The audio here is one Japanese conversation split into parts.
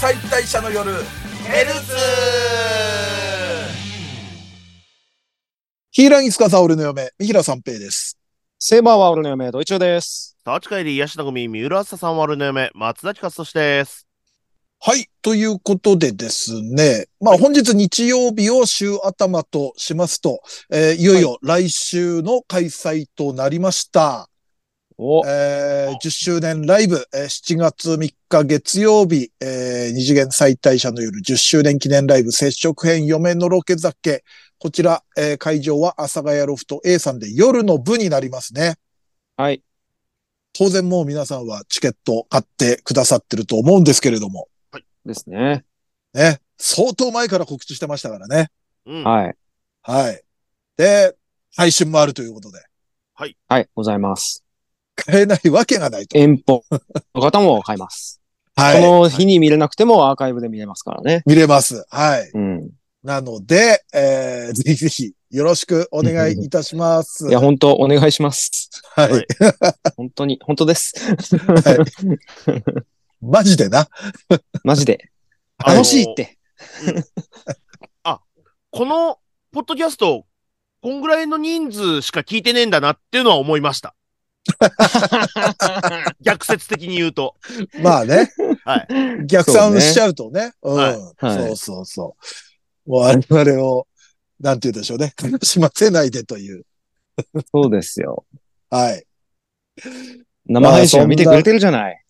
解体者の夜ヘルツヒーラギスカサオルの嫁、三平三平です。セーバーワールドの嫁、ドイチューです。さあ、近いり癒しの組、三浦朝さんはあるの嫁、松崎勝利です。はい。ということでですね。まあ本日日曜日を週頭としますと、えーいよいよ来週の開催となりました。お、えー10周年ライブ、えー7月3日月曜日、えー二次元再退社の夜10周年記念ライブ接触編嫁のロケ酒。こちら、えー会場は阿佐ヶ谷ロフト A さんで夜の部になりますね。はい。当然もう皆さんはチケット買ってくださってると思うんですけれども、ですね。ね。相当前から告知してましたからね。うん。はい。はい。で、配信もあるということで、はい、ございます。買えないわけがないと。遠方の方も買います。はい。この日に見れなくてもアーカイブで見れますからね。見れます。はい。うん。なので、えー、ぜひぜひよろしくお願いいたします。いや、本当お願いします。 はい、はい本当に、本当です。 マジでな。マジで。あの楽しいっ。 て。この、ポッドキャスト、こんぐらいの人数しか聞いてねえんだなっていうのは思いました。逆説的に言うと。まあね。。はい逆算しちゃうとね。うはいん、はいそうそうそう。我々を、なんて言うんでしょうね。楽しませないでという。そうですよ。はい。生配信を見てくれてるじゃない。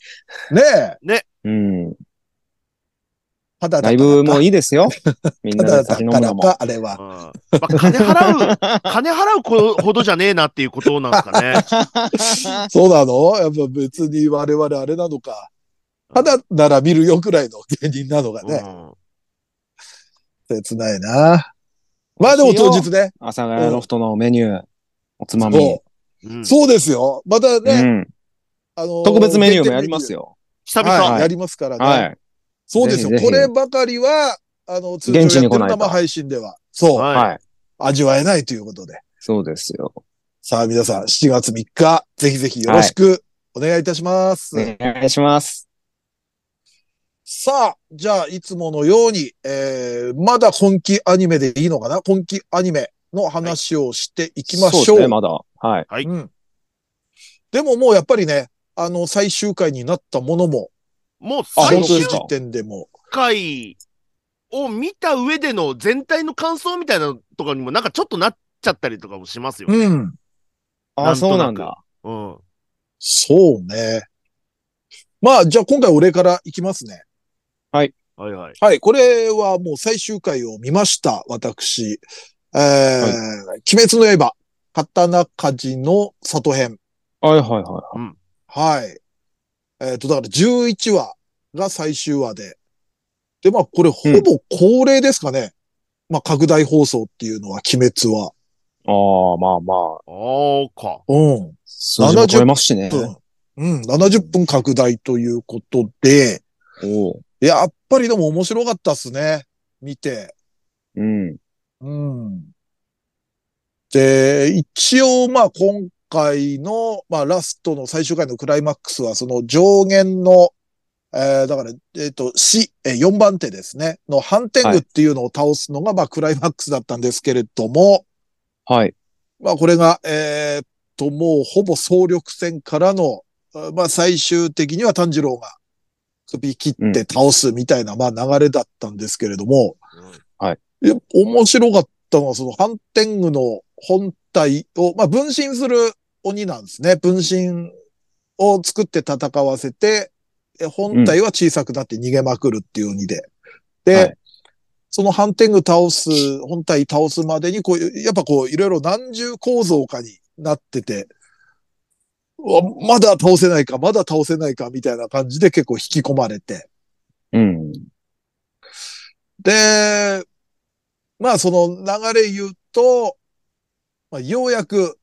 ねえ。うん。ただライブもいいですよ。 みんたなだでだ酒飲かむらのもか。、あれうんは。まあ、金払う、 金払うこほどじゃねえなっていうことなんですかね。 そうなのやっぱ別に我々あれなのか。ただなら見るよくらいの芸人なのがうね。ん切ないな。まあでも当日ね。阿佐ヶ谷ロフトのメニュー、おつまみ。そううんそうですよ。またうね、ん。あの特別メニューもやります。よ。久々。はい、はいやりますからね。はい。そうですよぜひぜこひればかりは、あの、通常や現って地にる来ないと生配信では、そう、はいはい。味わえないということで。そうですよ。さあ皆さん、7月3日、ぜひぜひよろしくお願いいたします。お願いします。さあ、じゃあ、いつものように、えー、まだ今期アニメでいいのかな今期アニメの話をしていきましそょう。うですね、まだ。はい。はいうん。でももうやっぱりね、あの、最終回になったものも、もうあ本最の当です終時か点でも、回を見た上での全体の感想みたいなのとかにもなんかちょっとなっちゃったりとかもしますよね。うん。あなあ、んとなくそうなんだ。うん。そうね。まあ、じゃあ今回俺からいきますね。はいはい。はい、これはもう最終回を見ました、私。えー鬼滅の刃、刀鍛冶の里編。はいはいははい。えっ、と、だから11話が最終話で。で、まあ、これほぼ恒例ですかね。まあ、拡大放送っていうのは、鬼滅は。い。ああ、まあまあ、あーか。うん。数字も超えますしね。分うん、70分拡大ということで、おうやっぱりでも面白かったっすね。見て。うん。うんで、一応、まあ、今回の、まあ、ラストの最終回のクライマックスは、その上限の、えーだから、えっ、と、死、え4番手ですね、の反転具っていうのを倒すのが、まあ、クライマックスだったんですけれども、はい。まあ、これが、えーっと、もう、ほぼ総力戦からの、あまあ、最終的には炭治郎が首切って倒すみたいな、まあ、流れだったんですけれども、や面白かったのは、その、反転具の本体を、まあ、分身する鬼なんですね。分身を作って戦わせて、え本体は小さくなって逃げまくるっていう鬼で。で、はいその反転具倒す、本体倒すまでに、こういう、やっぱこう、いろいろ何重構造かになってて、うわまだ倒せないか、まだ倒せないか、みたいな感じで結構引き込まれて。うん。で、まあその流れ言うと、まあ、ようやく、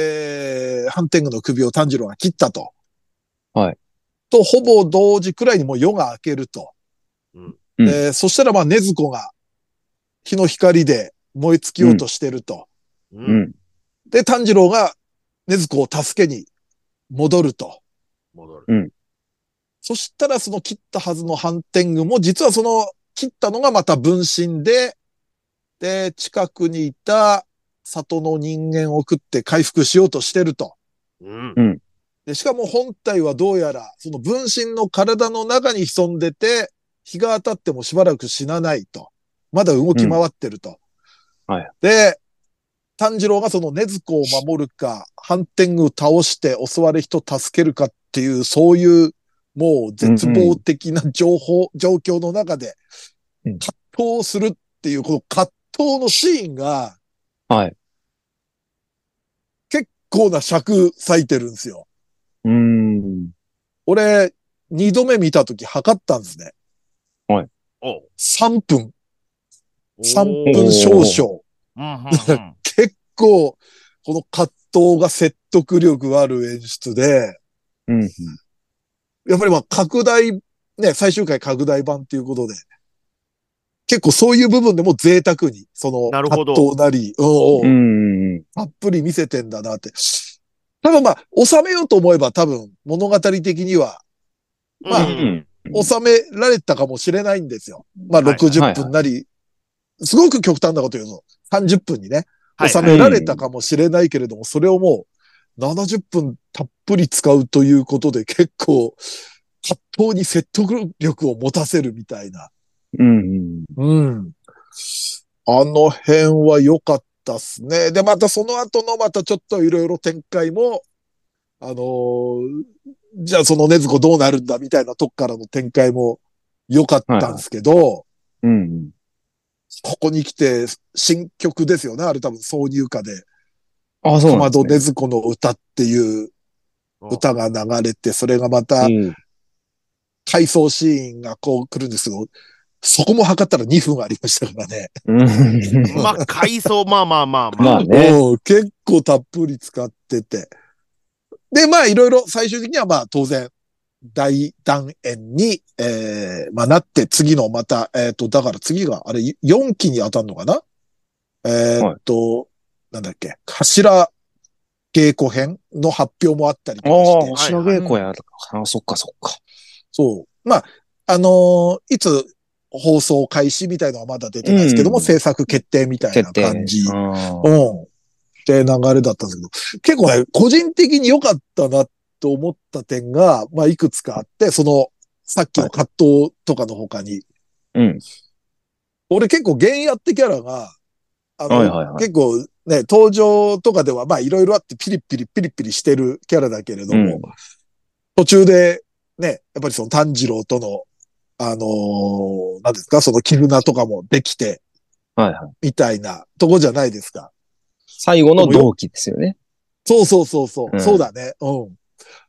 えー、ハンテングの首を炭治郎が切ったと。はい。と、ほぼ同時くらいにもう夜が明けると。うんうんでそしたらまあ、禰豆子が日の光で燃え尽きようとしてると。う。うんん。で、炭治郎が禰豆子を助けに戻ると。戻る。そしたらその切ったはずの反転軍も、実はその切ったのがまた分身で、で、近くにいた里の人間を食って回復しようとしてると。うん。で、しかも本体はどうやら、その分身の体の中に潜んでて、日が当たってもしばらく死なないと。まだ動き回ってると。うんはい。で、炭治郎がその禰豆子を守るか、反転具を倒して襲われ人を助けるかっていう、そういう、もう絶望的な情報、状況の中でうん、葛藤をするっていう、この葛藤のシーンが、はい。結構な尺割いてるんですよ。うーん。俺、二度目見たとき測ったんですね。おう3分、3お分ー少々。うんうんうん 結構、この葛藤が説得力ある演出で、うん。やっぱりまあ拡大、ね、最終回拡大版っていうことで、結構そういう部分でも贅沢に、その、なるほど葛藤なり、うんううんん。たっぷり見せてんだなって。多分まあ、収めようと思えば多分物語的にはまあうん。収められたかもしれないんですよ。まあはい60分なり、すごく極端なこと言うと、30分にね、はい収められたかもしれないけれども、それをもう70分たっぷり使うということで結構、葛藤に説得力を持たせるみたいな。うん。うん。あの辺は良かったっすね。で、またその後のまたちょっといろいろ展開も、あのーじゃあそのねずこどうなるんだみたいなとこからの展開も良かったんですけど、うん。ここに来て新曲ですよね。あれ多分挿入歌で、あ、そう戸なんで窓すねね。ずこの歌っていう歌が流れて、それがまたうん回想シーンがこう来るんですけど、そこも測ったら2分ありましたからね。うん。まあ、回想、まあまあまあままあ。あね。うん、結構たっぷり使ってて。で、まあいろいろ最終的にはまあ当然、大断円に、えーまあなって次のまた、えっ、と、だから次が、あれ、4期に当たるのかなえっ、と、なんだっけ、頭稽古編の発表もあったりとああ、かして面、白稽古やとか。あ、そっかそっか。そう。まあ、あのーいつ放送開始みたいのはまだ出てないですけども、うん制作決定みたいな決定。感じ。あーうん。って流れだったんですけど、結構ね、個人的に良かったなと思った点が、まあ、いくつかあって、その、さっきの葛藤とかの他に、うん。俺結構原野ってキャラが、あの、はいはいはい結構ね、登場とかでは、まあ、いろいろあってピリピリピリピリしてるキャラだけれども、うん途中で、ね、やっぱりその炭治郎との、あのーなんですか、その絆とかもできて、はいはい。みたいなとこじゃないですか。最後の同期ですよね。そうそうそうそう、うんそうだね。うん。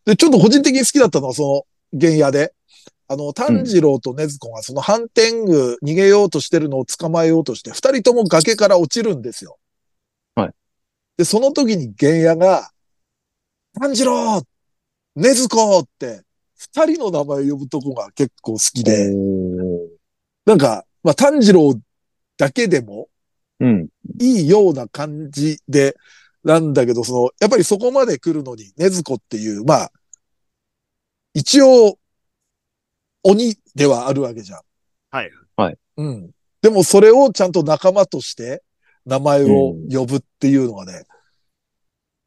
で、ちょっと個人的に好きだったのは、その、原野で。あの、炭治郎と禰豆子がその反転具逃げようとしてるのを捕まえようとして、二人とも崖から落ちるんですよ。はい。で、その時に原野が、炭治郎禰豆子って、二人の名前呼ぶとこが結構好きで、おーなんか、まあ、炭治郎だけでも、うん。いいような感じで、なんだけど、その、やっぱりそこまで来るのに、ねずこっていう、まあ、一応、鬼ではあるわけじゃん。はい。はい。うん。でもそれをちゃんと仲間として、名前を呼ぶっていうのがね、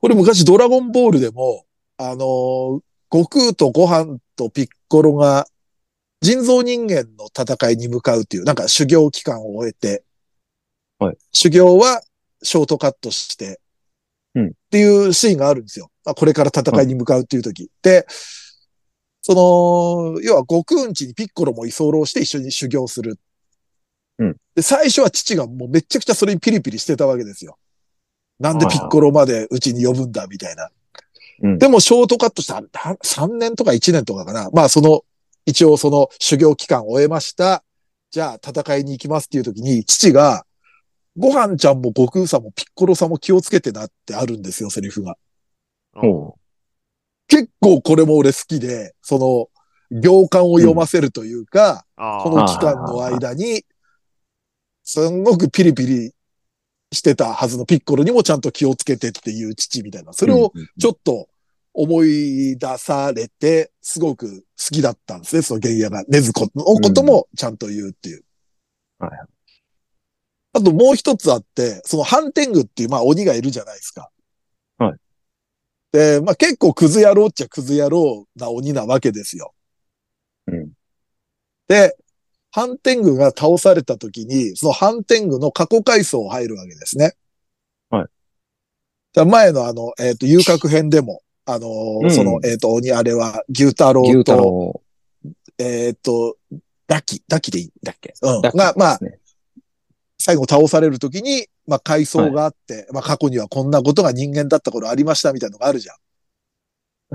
これ昔ドラゴンボールでも、あのー悟空とご飯とピッコロが、人造人間の戦いに向かうっていう、なんか修行期間を終えて、修行はショートカットして、うんっていうシーンがあるんですよ。あこれから戦いに向かうっていう時。で、その、要は悟空んちにピッコロも居候して一緒に修行する。うんで、最初は父がもうめちゃくちゃそれにピリピリしてたわけですよ。なんであーピッコロまでうちに呼ぶんだみたいな。うんでもショートカットした3年とか1年とかかな。まあその、一応その修行期間を終えました。じゃあ戦いに行きますっていう時に父が、ご飯ちゃんも悟空さんもピッコロさんも気をつけてなってあるんですよ、セリフが。お結構これも俺好きで、その、行間を読ませるというか、あこーの期間の間に、すんごくピリピリしてたはずのピッコロにもちゃんと気をつけてっていう父みたいな。それをうんちょっと思い出されて、すごく好きだったんですね、そのゲンヤが。ネズコのこともちゃんと言うっていう。はいあともう一つあって、そのハンテングっていう、まあ鬼がいるじゃないですか。はい。で、まあ結構クズ野郎っちゃクズ野郎な鬼なわけですよ。うん。で、ハンテングが倒された時に、そのハンテングの過去回想を入るわけですね。はい。だ前のあの、えっ、と、遊郭編でも、あのーうんその、えっ、と、鬼あれは、牛太郎牛太と、郎えっ、と、ダキ、ダキでいいんだっけうん。だけが、まあ、ですね最後倒される時に、まあ、回想があって、まあ、過去にはこんなことが人間だった頃ありましたみたいなのがあるじゃ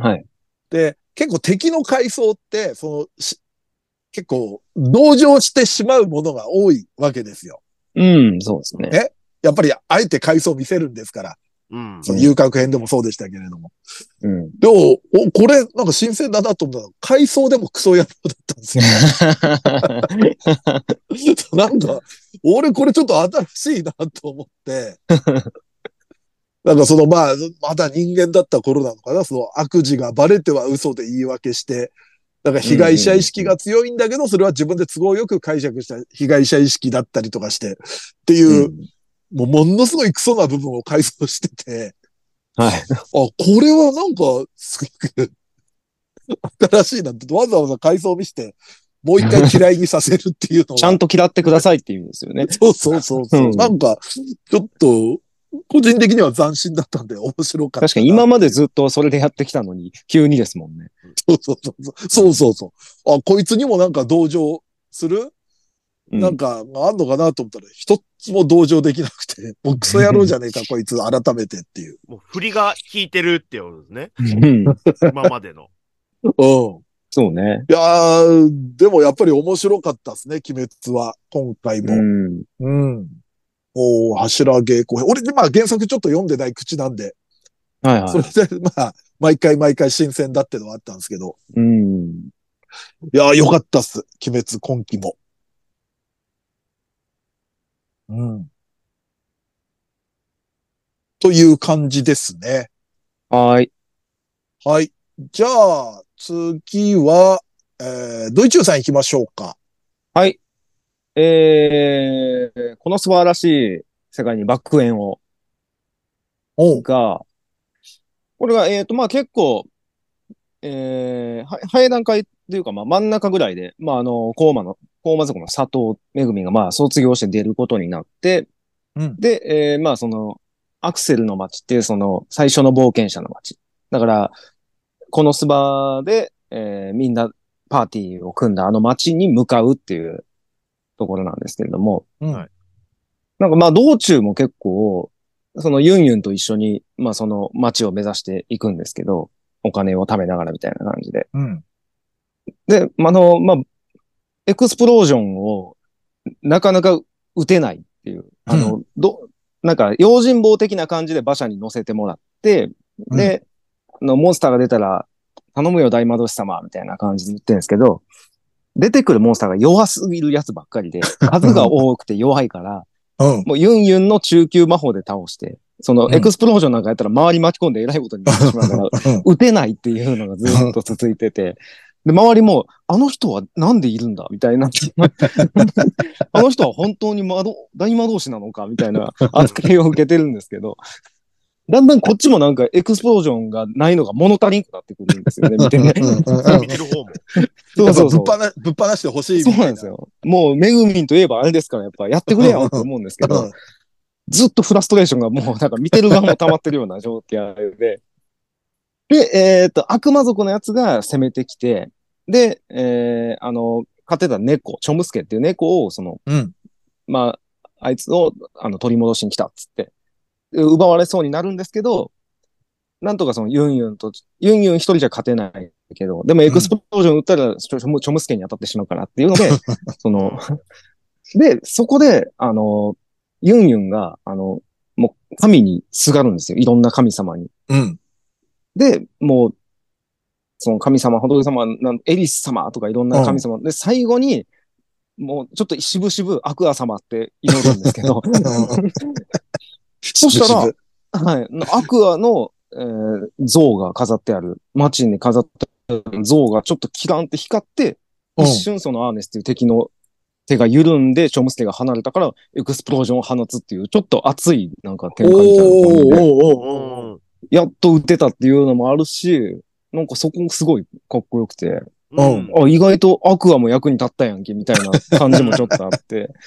ん。はい。で、結構敵の回想って、その、し結構、同情してしまうものが多いわけですよ。うん、そうですね。やっぱり、あえて回想を見せるんですから、うん。その遊郭編でもそうでしたけれども。 うん。でも、お、これ、なんか新鮮だなと思ったのは、回想でもクソ野郎だったんですよ。 なんか、俺これちょっと新しいなと思 って、なんかそのまあ、まだ人間だった頃なのかな、その悪事がバレては嘘で言い訳して、なんか被害者意識が強いんだけど、それは自分で都合よく解釈した被害者意識だったりとかして、っていう、もうものすごいクソな部分を回想してて、はい。あ、これはなんか、すごく新しいなって、わざわざ回想を見せて、もう一回嫌いにさせるっていうのをちゃんと嫌ってくださいっていう意味ですよね。そうそうそうそう、うんなんか、ちょっと、個人的には斬新だったんで面白かったな。確かに今までずっとそれでやってきたのに、急にですもんね。そうそうそう。そうそうそう。あ、こいつにもなんか同情する、うんなんか、あんのかなと思ったら、一つも同情できなくて、 もうクソ野郎じゃねえ か、こいつ、改めてっていう。もう振りが効いてるってことですね。うん今までの。うん。そうね。いやー、でもやっぱり面白かったですね、鬼滅は。今回うも。ん。うん。おー柱稽古編。俺、まあ原作ちょっと読んでない口なんで、はいはそい。れで、まあ、毎回毎回新鮮だってのはあったんですけど、うん。いやー、よかったっす。鬼滅今期も。うん。という感じですね。はい。はい。じゃあ、次は、えー、ドイチューさん行きましょうか。はい。えー、この素晴らしい世界にバック縁を。おう。が、これが、えっ、と、まあ結構、えー、は早い段階というか、まあ真ん中ぐらいで、まああの、コーマの、コーマ族の佐藤めぐみが、まあ卒業して出ることになって、うんで、えー、まあその、アクセルの街っていう、その、最初の冒険者の街。だから、このスバで、えー、みんなパーティーを組んだあの街に向かうっていうところなんですけれども、うんはいなんかまあ道中も結構、そのユンユンと一緒に、まあその街を目指していくんですけど、お金を貯めながらみたいな感じで。うん。で、まああの、まあ、エクスプロージョンをなかなか撃てないっていう、あの、ど、なんか用心棒的な感じで馬車に乗せてもらって、で、あの、モンスターが出たら、頼むよ大魔導士様みたいな感じで言ってるんですけど、出てくるモンスターが弱すぎるやつばっかりで、数が多くて弱いから、 うん。もうユンユンの中級魔法で倒して、そのうんエクスプロージョンなんかやったら周り巻き込んでえらいことになってしまう から、うん撃てないっていうのがずっと続いてて、で、周りも、あの人はなんでいるんだみたいな。あの人は本当に魔導大魔導士なのかみたいな 扱いを受けてるんですけど、だんだんこっちもなんかエクスプロージョンがないのが物足りんくなってくるんですよね、見 てね。 見てる方も。そうそうそうやっぱ。ぶっ放、ぶっ放してほしいみたそいうなんですよ。もう、めぐみんといえばあれですから、やっぱやってくれよって思うんですけど、ずっとフラストレーションがもうなんか見てる側も溜まってるような状況で。で、えっ、と、悪魔族のやつが攻めてきて、で、えー、あの、飼ってた猫、チョムスケっていう猫を、その、うんまあ、あいつを、あの、取り戻しに来たっつって、で奪われそうになるんですけど、なんとかそのユンユンと、ユンユン一人じゃ勝てないけど、でもエクスプロージョン打ったらチョチョムチョムスケに当たってしまうからっていうので、その、で、そこで、あの、ユンユンが、あの、もう神にすがるんですよ。いろんな神様に。うん。で、もう、その神様、仏様、なんエリス様とかいろんな神様。で、最後に、もうちょっとしぶしぶアクア様って 祈るんですけど、うん。そしたらぶしはい、アクアのえー像が飾ってある、街に飾ってある像がちょっとキランって光って、うん一瞬そのアーネスっていう敵の手が緩んで、ショムスケが離れたから、エクスプロージョンを放つっていう、ちょっと熱いなんか展開みたいな感おーじで、おーおーおーうんやっと打てたっていうのもあるし、なんかそこすごいかっこよくて、うんあ、意外とアクアも役に立ったやんけ、みたいな感じもちょっとあって。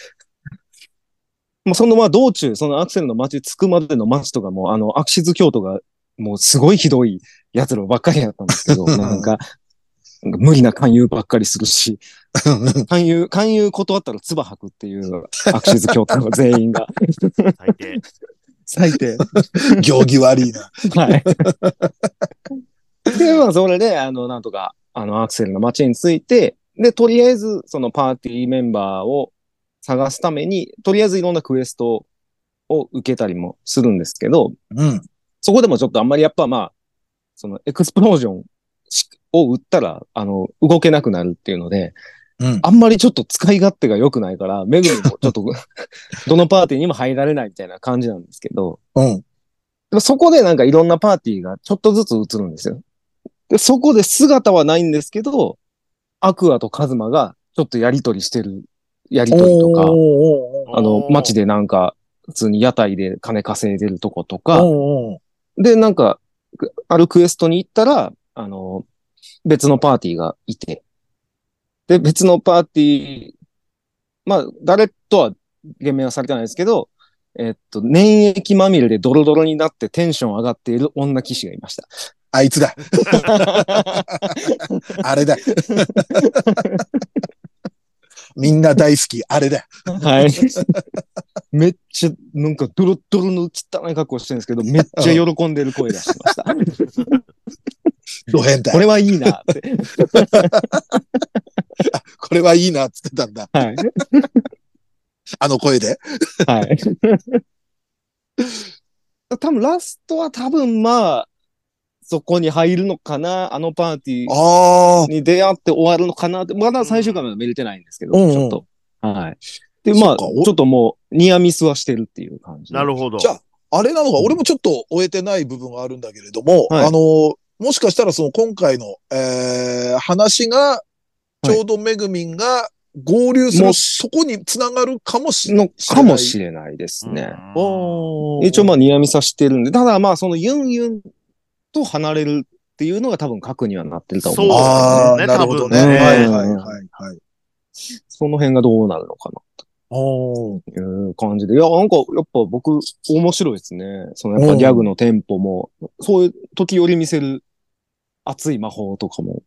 もうそのまあ道中、そのアクセルの街着くまでの街とかも、あの、アクシズ教徒がもうすごいひどい奴らばっかりやったんです けど、なんか、なんか無理な勧誘ばっかりするし、勧誘、勧誘断ったら唾吐くっていうアクシズ教徒の全員が。最低。 最低。行儀悪いな。はい。で、まあ、それで、あの、なんとか、あの、アクセルの街に着いて、で、とりあえず、そのパーティーメンバーを探すために、とりあえずいろんなクエストを受けたりもするんですけど、うん。そこでもちょっとあんまりやっぱまあ、そのエクスプロージョンしを打ったら、あの、動けなくなるっていうので、うん。あんまりちょっと使い勝手が良くないから、めぐみもちょっと、 どのパーティーにも入られないみたいな感じなんですけど、うん。でもそこでなんかいろんなパーティーがちょっとずつ映るんですよ。でそこで姿はないんですけど、アクアとカズマがちょっとやりとりしてる、やりとりとか、おあの、街でなんか、普通に屋台で金稼いでるとことか、おで、なんか、くあるクエストに行ったら、あの、別のパーティーがいて、で、別のパーティー、まあ、誰とは言明はされてないですけど、えっと、粘液まみれでドロドロになってテンション上がっている女騎士がいました。あいつだ。あれだ。みんな大好き。あれだ。はい。 めっちゃ、なんかドロドロの汚い格好してるんですけど、めっちゃ喜んでる声出してました。ド変態。これはいいなって。 これはいいな、つってたんだ。はい。あの声で。はい。 多分ラストは多分まあ、そこに入るのかな、あのパーティーああ。に出会って終わるのかなって、まだ最終回まで見れてないんですけど、うんうんちょっと。はい。で、まそあ、っかちおょっともう、ニアミスはしてるっていう感じ。なるほど。じゃああれなのか、俺もちょっと終えてない部分があるんだけれども、はいあの、もしかしたらその今回の、えー話が、いちょうどめぐみんが合流すもる、うそこに繋がるかもしれない。のかもしれないですね。一応まあ、ニアミスはしてるんで、ただまあ、そのユンユンと離れるっていうのが多分核にはなってると思う。そうああ、ねなるほどね。多分ねはいはいはいはい。その辺がどうなるのかな。おーいう感じで。いや、なんか、やっぱ僕、面白いですね。その、やっぱギャグのテンポも、そういう時より見せる熱い魔法とかも、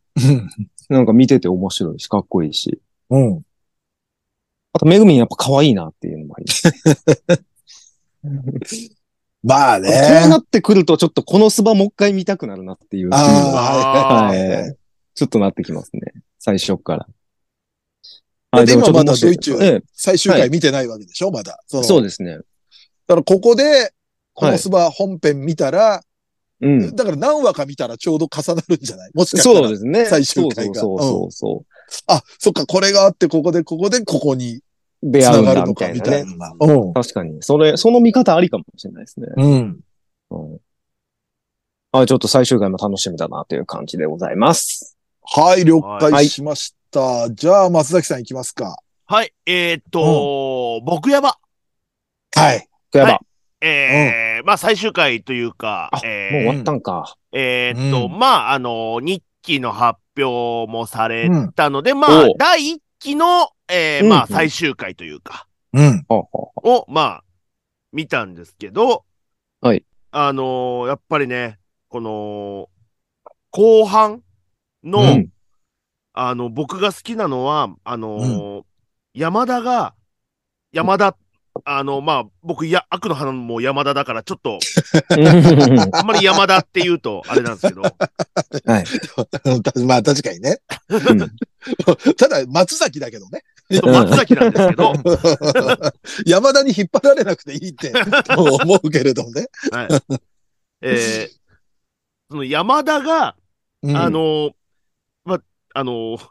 なんか見てて面白いし、かっこいいし。うん。うん。あと、めぐみんやっぱ可愛いなっていうのもあります。まあこうね。なってくると、ちょっとこのスバもう一回見たくなるなっていう。ああ、あははいいはいはい。ちょっとなってきますね。最初から。だって今はいでもちょっとまだドイツ面白いえ最終は回い見てないわけでしょ、まだ。そえのそうですね。だからここで、このスバ本編見たら、うん。だから何話か見たらちょうど重なるんじゃないもしかしたら。そうですね。最終回がそうそうそうそう。あ、そっか、これがあって、ここで、ここで、ここに出会う繋んがるだのみか、たいみなたいね。な。うん。確かに。それ、その見方ありかもしれないですね。うん。うん。あ、ちょっと最終回も楽しみだなという感じでございます。はい、了は解しました。じゃあ、松崎さん行きますか。はい、えーっと、僕やば。はい。やば、はえーまあ最終回というかあ、えーもう終わったんか。えーっと、うんまあ、あの、日記の発表もされたので、まあおう、第1期の、えーまあ、うんうん最終回というか、うん。 はあはあを、まあ、見たんですけど、はい。あのーやっぱりね、この、後半の、うんあの、僕が好きなのは、あのー山田が、山田、あの、まあ、僕、や、悪の花も山田だから、ちょっと、あんまり山田って言うと、あれなんです けど、まあ、確かにね。 うんただ、松崎だけどね。そう松崎なんですけど、 山田に引っ張られなくていい って思うけれどもね。はい。えーその山田が、うんあの、ーま、あのー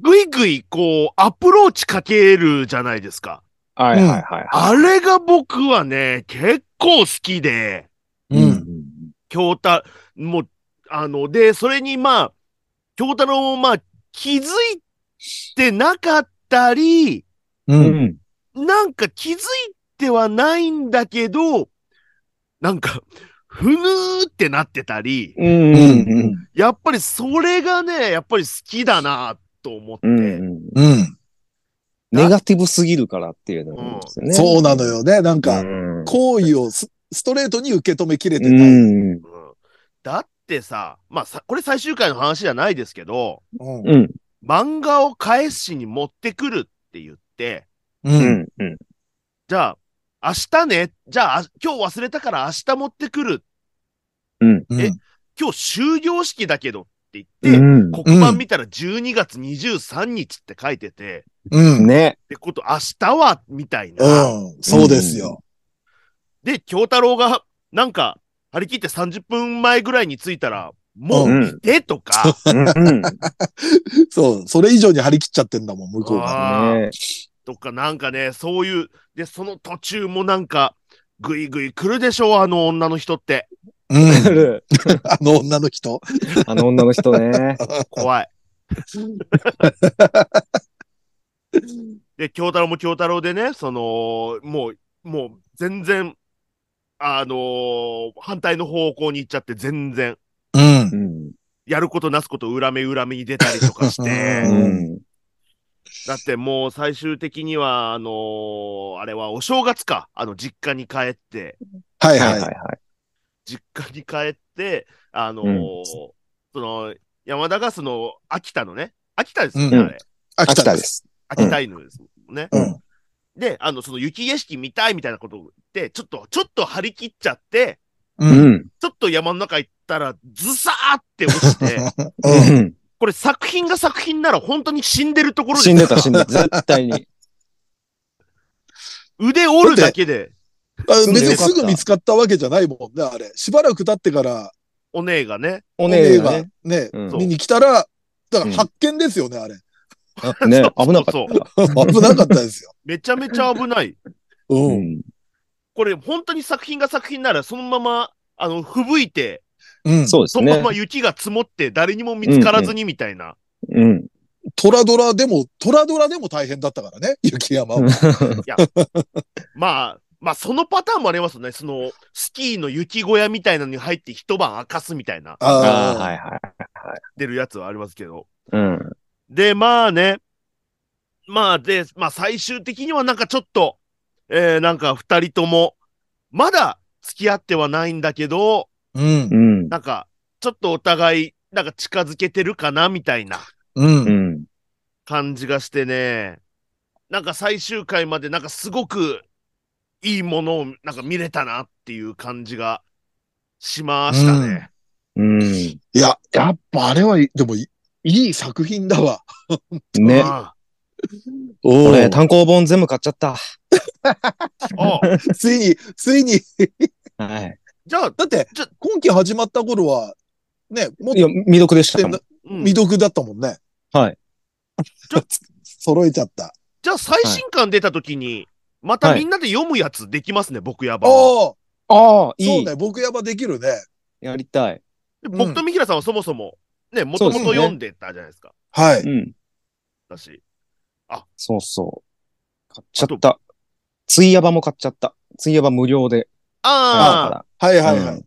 ぐいぐいこう、アプローチかけるじゃないですか。はいはいはいはあれが僕はね、結構好きで、うい。ん。京太、もう、あの、で、それにまあ、京太郎もまあ、気づいてなかったり、う。うんん。なんか気づいてはないんだけど、なんか、ふぬーってなってたり、うん。うん。やっぱりそれがね、やっぱり好きだなと思って。うんうん。うん。ネガティブすぎるからっていうのがあるんですよね。そうなのよね。なんか、うん。好意をスストレートに受け止めきれてうない。うん。ん。うんだってさ、まあさ、これ最終回の話じゃないですけど、うん。漫画を返しに持ってくるって言って、う。うんん。うん。じゃあ、明日ね、じゃあ、あ今日忘れたから明日持ってくる、うんえ今日終業式だけどって言って、うん。黒板見たら12月23日って書いてて、うん。ね。ってこと、明日は、みたいな。うん。そうですよ。で、京太郎が、なんか、張り切って30分前ぐらいに着いたら、もうう、ん。でとか、うん。 そう。それ以上に張り切っちゃってんだもん、向こうが。あーねとか、なんかね、そういう、で、その途中もなんか、ぐいぐい来るでしょう、あの女の人って。うあん。るあの女の人。あの女の人ね。怖い。で、京太郎も京太郎でね、その、もう、もう、全然、あのー反対の方向に行っちゃって、全然、うんう。ん。やることなすこと裏目裏目に出たりとかし うて、ん。だってもう最終的には、あのーあれはお正月か、あの、実家に帰って、はいはいはいは。はいい。実家に帰って、あのーうんその、山田がその、秋田のね、秋田ですよね、うんあれ。秋秋田田で。ですす。秋田犬ですもんね。うん。で、あの、その雪景色見たいみたいなことを言って、ちょっと、ちょっと張り切っちゃって、う。うんん。ちょっと山の中行ったら、ズサーって落ちて、うん。これ作品が作品なら本当に死んでるところ死んで、でた死んでた。絶対に。腕折るだけで、あ住ん別でによかったすぐ見つかったわけじゃないもんね、あれ。しばらく経ってから、お姉がね、おね姉えががね。ね、うんそう見に来たら、だからうん発見ですよね、あれ。 ねそう危なかそうった。危なかったですよ。めちゃめちゃ危ない。う。うんんこれ本当に作品が作品なら、そのまま、あの、吹雪いて、うん。そうですそのまね。ま雪が積もって、誰にも見つからずにみたいな。うん。トラドラでも、トラドラでも大変だったからね、 雪山は。まあ、まあ、そのパターンもありますよね。その、スキーの雪小屋みたいなのに入って一晩明かすみたいな、ああ、ああ、はいはい。出るやつはありますけど。うん。で、まあね。まあで、まあ最終的にはなんかちょっと、えー、なんか二人とも、まだ付き合ってはないんだけど、うんう。ん。なんか、ちょっとお互い、なんか近づけてるかな、みたいなうん。うん。感じがしてね。なんか最終回まで、なんかすごくいいものを、なんか見れたなっていう感じがしましたね。うん。いや、やっぱあれは、でもい、いい作品だわ。 ね。あお俺、単行本全部買っちゃった。あ、ついに、ついに、はい。じゃあ、だってちょ、今期始まった頃は、ね、もっいや、未読でしたもん。うとん未読だったもんね。 はい。ちょ揃えちゃった。じゃあ最新刊出た時に、またみんなで読むやつできますね、僕やばは。おおああ、そいうい。ね、僕やばできるね。やりたい。でうん僕と三平さんはそもそも、ね、もそとうでもすね。と読んでたじゃないですか。はいうん。だし。そうそう。買っちゃった。ツイヤバも買っちゃった。ツイヤバ無料で買ったああ、かはいはいはうい。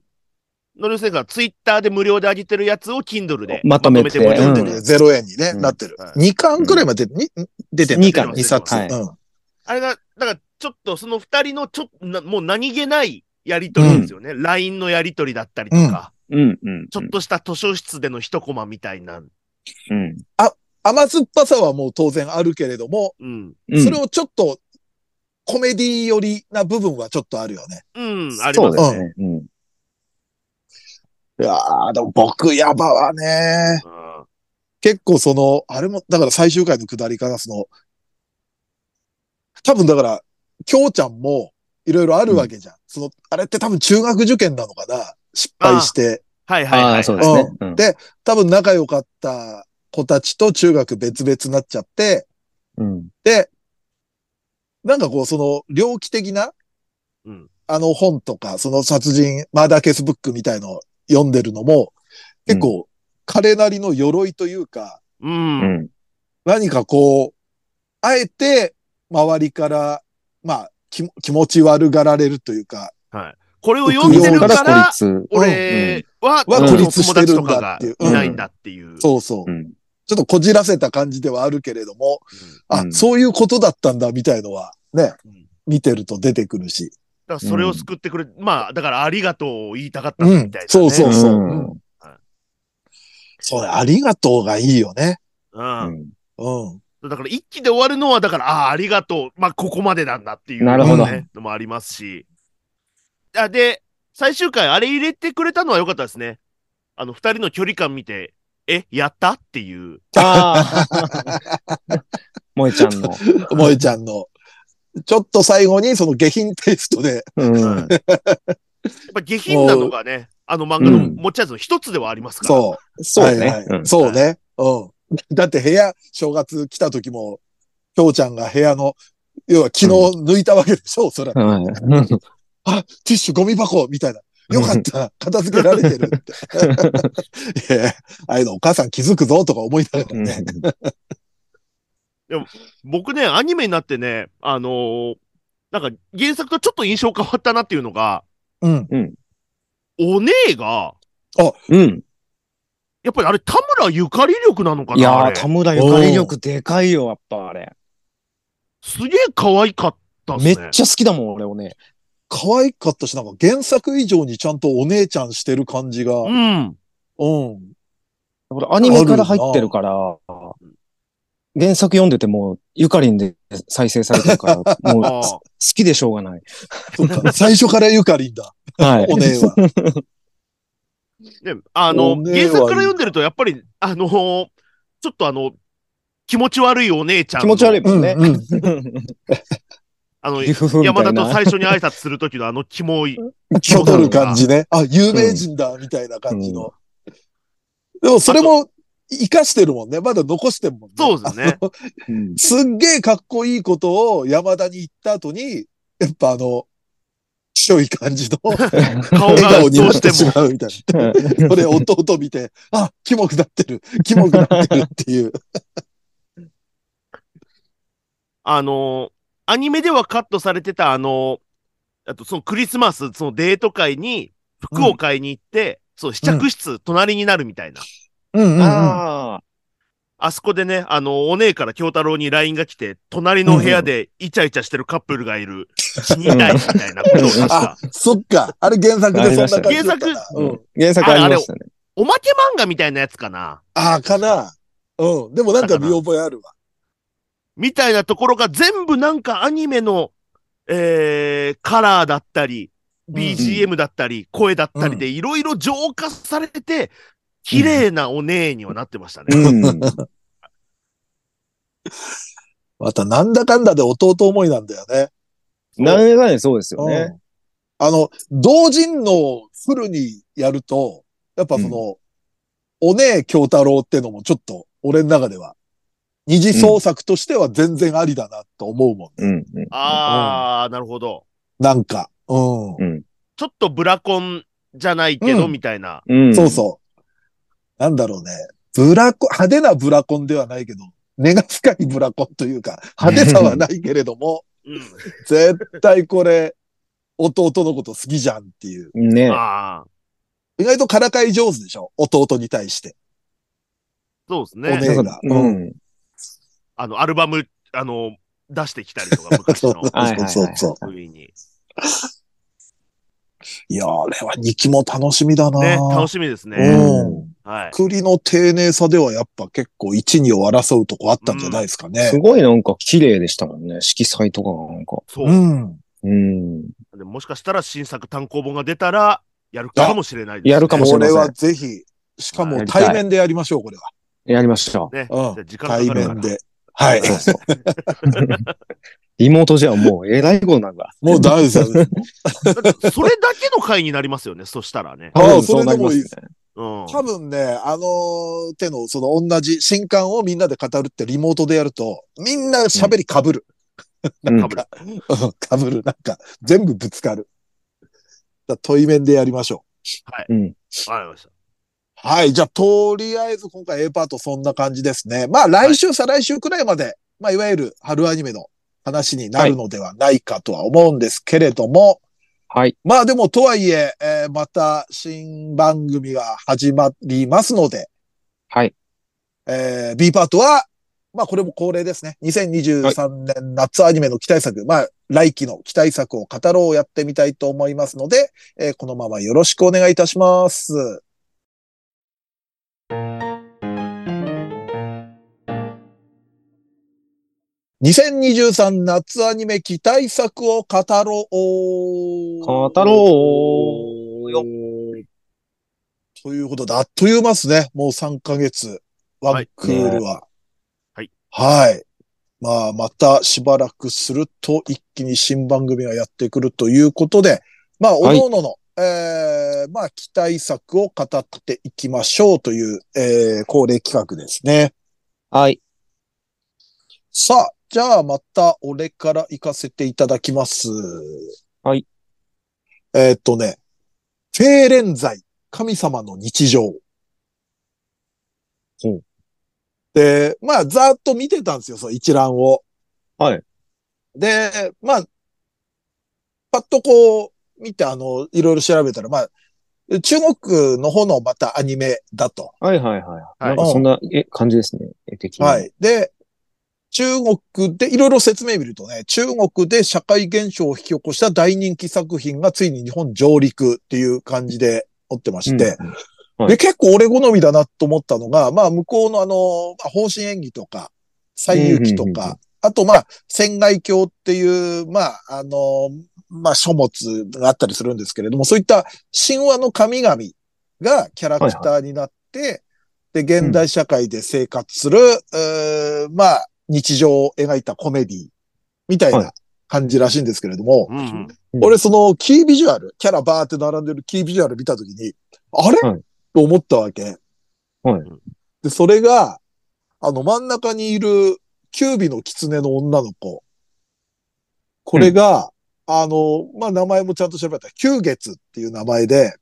のりせんがツイッターで無料で上げてるやつを Kindle でまとめて無う料んで読んでるゼロ円にね、うんなってるは。い2巻くらいまで出て、に出てんだ二巻二冊。うはいん。あれが、だからちょっとその二人のちょっとな、もう何気ないやりとりですよね。LINE のやりとりだったりとか、ら。うん、うん。ちょっとした図書室での一コマみたいな。うん。甘酸っぱさはもう当然あるけれども、うん。うん。それをちょっとコメディ寄りな部分はちょっとあるよね。うん、ありそまうすでね。すね。うん。いやー、でも僕やばはね、うん結構その、あれも、だから最終回の下りからその、多分だから、きょうちゃんもいろいろあるわけじゃん。その、あれって多分中学受験なのかな失敗して。はいはいあはあ、い。そうですね。うんで多分仲良かった子たちと中学別々になっちゃって、うん。で、なんかこう、その、猟奇的な、うんあの本とか、その殺人、マーダーケースブックみたいのを読んでるのも、結構、彼なりの鎧というか、う。うんん。何かこう、あえて、周りから、まあ、気も気持ち悪がられるというか、これを読んでるだから、孤俺は、はその孤立してるんだっていう友達とかがいないんだっていう。そうそう。立。ちょっとこじらせた感じではあるけれども、あ、うんそういうことだったんだ、みたいのは、ね、うん見てると出てくるし。だからそれを救ってくれ、まあ、だからありがとうを言いたかったみたいな、ねうんそううそん。そうううんん。それ、ありがとうがいいよね。うんうんうん。だから一期で終わるのは、だから、ああー、ありがとう。まあ、ここまでなんだっていう、ね。なるほどのもありますし。あで、最終回、あれ入れてくれたのは良かったですね。あの、二人の距離感見て、え、やったっていう。ああ。 萌えちゃんの。萌えちゃんの。ちょっと最後にその下品テイストで、うん。やっぱ下品なのがね、あの漫画の持ち味の一つではありますから。そう。そうねはいはいうんそうね。うん。だって部屋、正月来た時も、ひょうちゃんが部屋の、要は昨日抜いたわけでしょ、それ。うんあ、ティッシュゴミ箱みたいな。よかった。片付けられてるって。 いやああいうのお母さん気づくぞとか思いながらね。僕ね、アニメになってね、あのーなんか原作とちょっと印象変わったなっていうのが、うん。お姉が、うん。やっぱりあれ田村ゆかり力なのかいなあやー、れ田村ゆかり力でかいよ、やっぱあれ。すげえ可愛かったっすめね。っちゃ好きだもん、俺をね。可愛かったし、なんか原作以上にちゃんとお姉ちゃんしてる感じが。ううん。ん。俺アニメから入ってるから、原作読んでても、ゆかりんで再生されてる から、もう、あ好きでしょうがない。そうか。最初からゆかりんだ。はい。お姉は。ーね、あのお、姉は原作から読んでると、やっぱり、あのーちょっとあの、気持ち悪いお姉ちゃん気の。持ち悪いもんね。うん うんあの、ゆふふみた山い田とな。最初 に挨拶するときのあの、キモい。きょとる感じね。あ、有名人だ、みたいな感じの。でもそれも活かしてるもんね。まだ残してるもんね。そうで すね。うんすっげえかっこいいことを山田に言った後に、やっぱあの、白い感 じの顔笑がど顔うになっしててしも。まうみたいな。それ弟見て、あ、キモくなってる、キモくなってるっていう。あのーアニメではカットされてた、あのーあとそのクリスマス、そのデート会に服を買いに行って、そう、試着室、隣になるみたいな。 うんうんうん。ああ。あそこでね、あの、お姉から京太郎に LINE が来て、隣の部屋でイチャイチャしてるカップルがいる。死にたいみたいなことを確あか。、そっか。あれ原作でそんな感じだったありなまし。うん。原作ありましたね。おまけ漫画みたいなやつかなあ、かな。うん。でもなんか見覚えあるわ。みたいなところが全部なんかアニメの、えー、カラーだったり、BGM だったり、声だったりでいろいろ浄化されて、綺麗なお姉にはなってましたね。うん。またなんだかんだで弟思いなんだよね。なんやかんやそうですよね。うんあの、同人のフルにやると、やっぱその、お姉京太郎ってのもちょっと、俺の中では、二次創作としては全然ありだなと思うもん。うん。うんあー、なるほど。なんか、うん。ちょっとブラコンじゃないけど、うんみたいな。うんそうそう。なんだろうね。ブラコン、派手なブラコンではないけど、根が深いブラコンというか、派手さはないけれども、うん。絶対これ、弟のこと好きじゃんっていう。ねあー、意外とからかい上手でしょ弟に対して。そうですね。お姉が。うん。あの、アルバム、あの、出してきたりとか、昔のそうそうそうそう。上に。いやー、あれは2期も楽しみだなね、楽ししみですね。うん。はい。栗の丁寧さではやっぱ結構1、2を争うとこあったんじゃないですかねす。ごいなんか綺麗でしたもんね。色彩とかがなんか。そうう。ん。うん。でもしかしたら新作単行本が出たら、やるかもしれないです、ね。やるかもしこれれませんはぜひ、しかも対面でやりましょう、これは。やりました。ね。うんじゃあ時間かか対るから面。で。はい。そうそう。 リモートじゃもうえらいことなんだ。もうダメですよ。だってそれだけの回になりますよね、そしたらね。あ多分それでもいいそうなりますねうん。多分ね、あのー手の、その同じ新刊をみんなで語るってリモートでやると、みんな喋り被る。 うんかぶるうん被る。なんか、全部ぶつかる。だから対面でやりましょはい。うんわかりました。はい。じゃあ、とりあえず今回 A パートそんな感じですね。まあ、来週、再来週くらいまで、まあ、いわゆる春アニメの話になるのではないかとは思うんですけれども、はい。まあ、でも、とはいええーまた新番組が始まりますので、はい。えー B パートは、まあ、これも恒例ですね。2023年夏アニメの期待作、まあ、来期の期待作を語ろうをやってみたいと思いますので、えーこのままよろしくお願いいたします。2023夏アニメ期待作を語ろう。語ろうよ。う。ということで、あっという間ですね。もう3ヶ月。ワンクールは。はい。はい。まあ、またしばらくすると、一気に新番組がやってくるということで、まあ、おはいののの、えーまあ、期待作を語っていきましょうという、えー恒例企画ですね。はい。さあ、じゃあまた俺から行かせていただきます。はい。えーっとね、フェーレン罪、神様の日常。ほうで、まあ、ざーっと見てたんですよ、その一覧を。はい。で、まあ、パッとこう、見て、あの、いろいろ調べたら、まあ、中国の方のまたアニメだと。はいはいはい。はないんかそんな、え、感じですね。絵的に。は。い。で、中国で、いろいろ説明見るとね、中国で社会現象を引き起こした大人気作品がついに日本上陸っていう感じで追ってまして、うんはいで、結構俺好みだなと思ったのが、まあ向こうのあの、まあ方針演技とか、最遊記とうんうんうんうか、あとまあ、仙外教っていう、まあ、あの、まあ書物があったりするんですけれども、そういった神話の神々がキャラクターになって、で、現代社会で生活する、うーまあ、日常を描いたコメディみたいはいな感じらしいんですけれども、うんうん。俺そのキービジュアル、キャラバーって並んでるキービジュアル見たときに、あれ、はいと思ったわけ。はいで、それが、あの真ん中にいるキュービの狐の女の子。これが、あの、まあ、名前もちゃんと調べた。九月っていう名前で、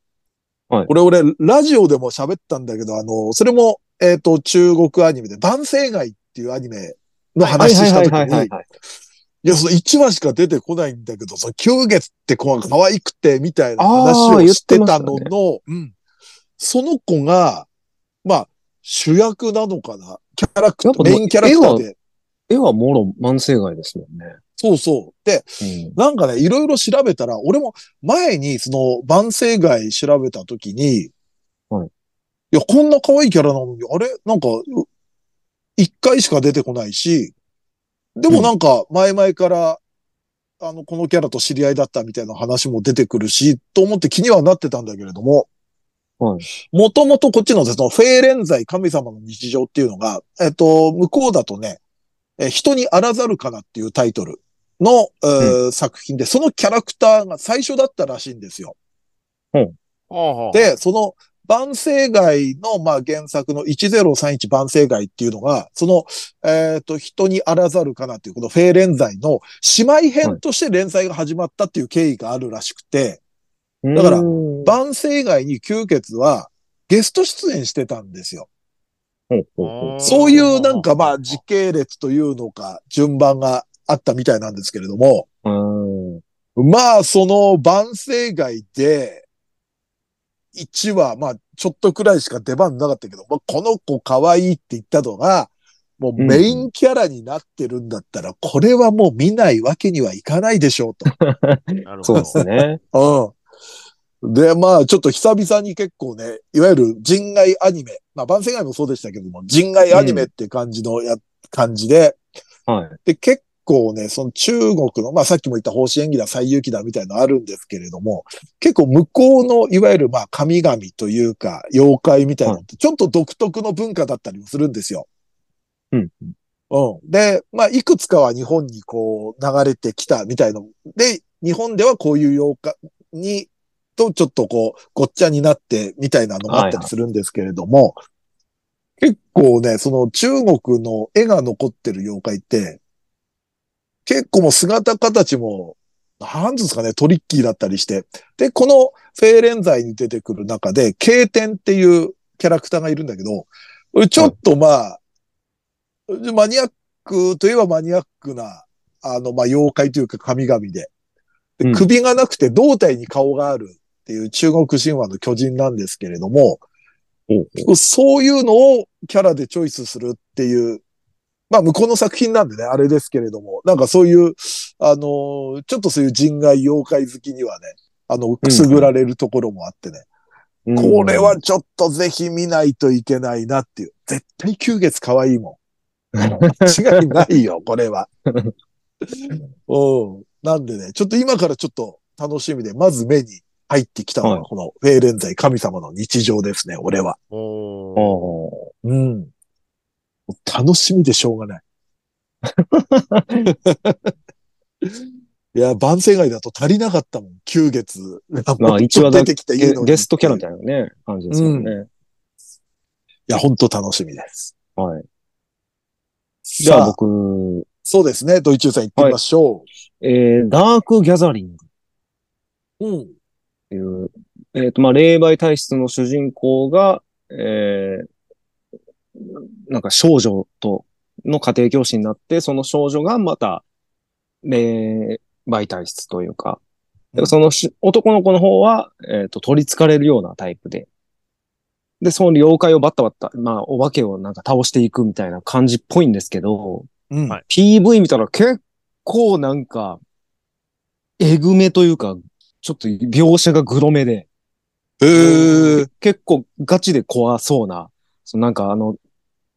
はいこれ俺、ラジオでも喋ったんだけど、あの、それも、えっ、と、中国アニメで、万世街っていうアニメの話した時はいはいはいはにい、はい。いや、その1話しか出てこないんだけど、その9月って子が可愛くて、みたいな話あーをしてた言のってまの、うん。その子が、まあ、主役なのかなキャラクタやっー、ぱでメもインキャラクターで。絵はもろ万世外ですもんね。そうそう。で、うんなんかね、いろいろ調べたら、俺も前にその万世街調べた時に、はいいや、こんな可愛いキャラなのに、あれなんか、う一回しか出てこないし、でもなんか、前々から、あの、このキャラと知り合いだったみたいな話も出てくるし、と思って気にはなってたんだけれども、はいもともとこっちのその、フェーレン罪神様の日常っていうのが、えっと、向こうだとね、え人にあらざるかなっていうタイトルの、えー作品で、そのキャラクターが最初だったらしいんですよ。ほうほう、で、その、万世街の、まあ、原作の1031万世街っていうのが、その、えっ、と、人にあらざるかなっていう、このフェーレン罪の姉妹編として連載が始まったっていう経緯があるらしくて、だからうん万世街に吸血はゲスト出演してたんですよ。ほうほうほうそういうなんかまあ時系列というのか順番があったみたいなんですけれども、うんまあ、その、万世街で、1話、まあ、ちょっとくらいしか出番なかったけど、まあ、この子可愛いって言ったのが、もうメインキャラになってるんだったら、これはもう見ないわけにはいかないでしょうなるほそうどで。す ね。と。うん。で、まあ、ちょっと久々に結構ね、いわゆる人外アニメ、まあ、万世街もそうでしたけども、人外アニメって感じのや、感じで、はい。で、結構ね、その中国の、まあさっきも言った方針演技だ、最有機だみたいなのあるんですけれども、結構向こうの、いわゆるまあ神々というか、妖怪みたいなのって、ちょっと独特の文化だったりもするんですよ。うん。うん。で、まあいくつかは日本にこう流れてきたみたいな。で、日本ではこういう妖怪に、とちょっとこう、ごっちゃになってみたいなのがあったりするんですけれども、結構ね、その中国の絵が残ってる妖怪って、結構もう姿形も、なんつうんですかね、トリッキーだったりして。で、このフェーレン罪に出てくる中で、経典っていうキャラクターがいるんだけど、ちょっとまあ、マニアックといえばマニアックな、あの、まあ、妖怪というか神々で、でうん首がなくて胴体に顔があるっていう中国神話の巨人なんですけれども、そういうのをキャラでチョイスするっていう、まあ向こうの作品なんでね、あれですけれども、なんかそういう、あのーちょっとそういう人外妖怪好きにはね、あの、くすぐられるところもあってね、これはちょっとぜひ見ないといけないなっていう。絶対九月可愛いもん。間違いない よ、これは。うん。なんでね、ちょっと今からちょっと楽しみで、まず目に入ってきたのはが、いこのフェーレンザイ神様の日常ですね、俺は。おーおーうん。楽しみでしょう がない。いや、万世街だと足りなかったもん、九月。まあ一話だ出てきたいいゲのにゲストキャラみたいなね、感じですよね。いや、本当楽しみです。はい。じゃさあ僕、そうですね。ドイチューさん行ってみましょえー、ダークギャザリングう。っうん。ていう、えっ、と、まあ、霊媒体質の主人公が、えーなんか少女との家庭教師になって、その少女がまた、霊媒体質というか、うんそのし男の子の方は、えっ、と、取り憑かれるようなタイプで、で、その妖怪をバッタバッタ、まあ、お化けをなんか倒していくみたいな感じっぽいんですけど、うん。はい PV 見たら結構なんか、えぐめというか、ちょっと描写がグロめで、えー、結構ガチで怖そうな、そのなんかあの、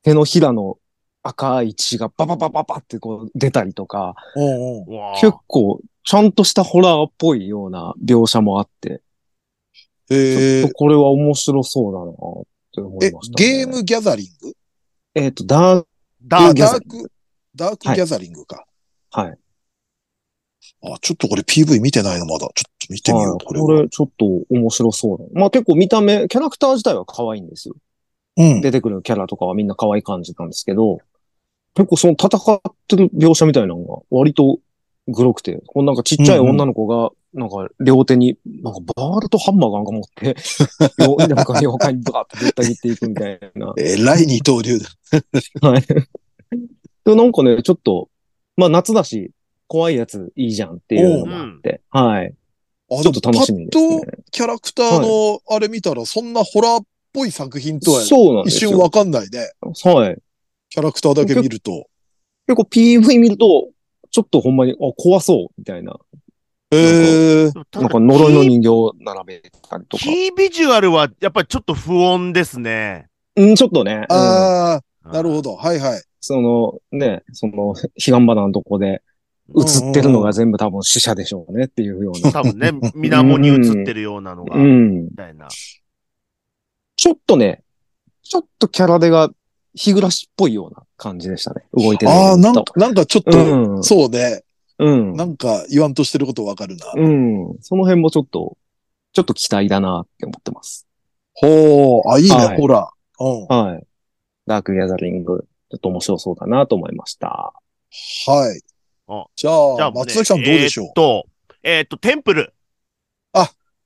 手のひらの赤い血がバババババってこう出たりとか、うんうん。うわー結構ちゃんとしたホラーっぽいような描写もあって、えちーょっと、これは面白そうだなって思えいまし、た、ね。ゲームギャザリングえっ、と、ダーダあーゲダーダームーク、ダークギャザリングか。はい。あ、ちょっとこれ PV 見てないのまだ。ちょっと見てみよはう、いここれれは。ちょっと面白そうな。まあ結構見た目、キャラクター自体は可愛いんですよ。うん。出てくるキャラとかはみんな可愛い感じなんですけど、結構その戦ってる描写みたいなのが割とグロくて、このなんかちっちゃい女の子が、なんか両手に、なんかバールとハンマーがなんか持って、よなんか妖怪にバーってぶった切っていくみたいな。えらい二刀流だ。はい。で、なんかね、ちょっと、まあ夏だし、怖いやついいじゃんっていうのもあって、はい。あちょっと楽しみでですもねパッ。とキャラクターのあれ見たら、そんなホラーっぽい作品とはそうなんで一す瞬よ。わかんないね。はい。キャラクターだけ見ると。結構 PV 見ると、ちょっとほんまに、あ、怖そう、みたいな。えー、なんか呪いの人形を並べたりとか。キービジュアルはやっぱりちょっと不穏ですね。うん、ちょっとね。うんあー、なるど。ほど。はいはい。その、ね、その、彼岸花のとこで映ってるのが全部多分死者でしょうねっていうような。多分ね、水面に映ってるようなのが、うみん。たいな。ちょっとね、ちょっとキャラでが日暮らしっぽいような感じでしたね。動いてるのあー、を見なるんとか、なんかちょっうと、ん。そうね。うん。なんか言わんとしてることわかるな。うん。その辺もちょっと、ちょっと期待だなって思ってます。ほう、あ、いいね、はいほら。うん。はい。ダークギャザリング、ちょっと面白そうだなと思いました。はいあ。じゃあ、じゃあ、松崎さんどうでしょうえーっと、えーっと、テンプル。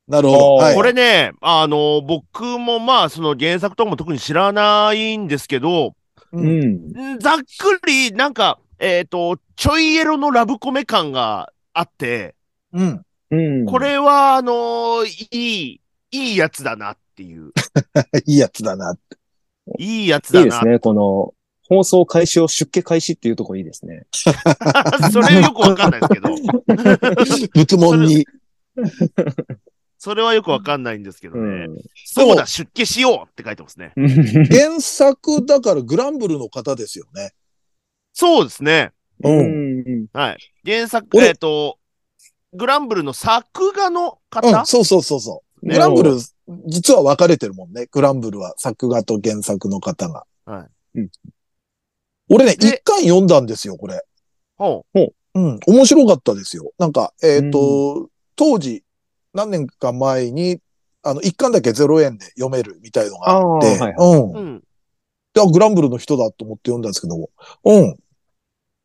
なるほど。あーはい。これね、あの、僕もまあ、その原作とかも特に知らないんですけど、ううんん。んざっくり、なんか、えーっと、ちょいエロのラブコメ感があって、うん。 うん。これは、あの、いい、いいやつだなっていう。いいやつだ な。いいやついだいでなす。ね。この、放送開始を出家開始っていうとこいいですね。 それよくわかんないですけど。仏門に。それはよくわかんないんですけどね。うん。そうだ、出家しようって書いてますね。原作だからグランブルの方ですよね。そうですね。ううん。ん。はい。原作、俺えっ、と、グランブルの作画のう方ん、、そうそうそうそう。グランブル、実は分かれてるもんね。グランブルは作画と原作の方が。はいううんん。俺ね、で一巻読んだんですよ、これ。ほうん、面白かったですよ。なんか、えっ、と、当時、何年か前に、あの、一巻だけ0円で読めるみたいのがあっああー、て、はいはい。うんう。うん。であグランブルの人だと思って読んだんですけども、うん。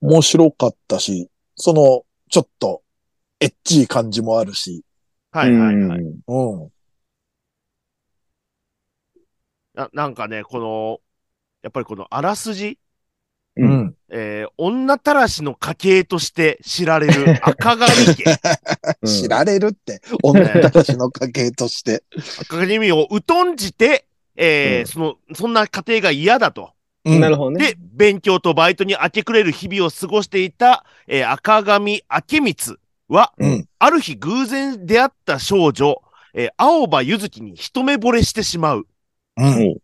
面白かったし、その、ちょっと、エッチい感じもあるし、はいはいはい。うんうん。。ななんかね、この、やっぱりこのあらすじ、うんえー女たらしの家系として知られる赤髪家。知られるって、女たらしの家系として。赤髪を疎んじて、えーうんその、そんな家庭が嫌だと。うんなるほどね。で、勉強とバイトに明け暮れる日々を過ごしていた、えー赤髪明光は、うんある日偶然出会った少女、えー青葉ゆずきに一目惚れしてしまう。うん。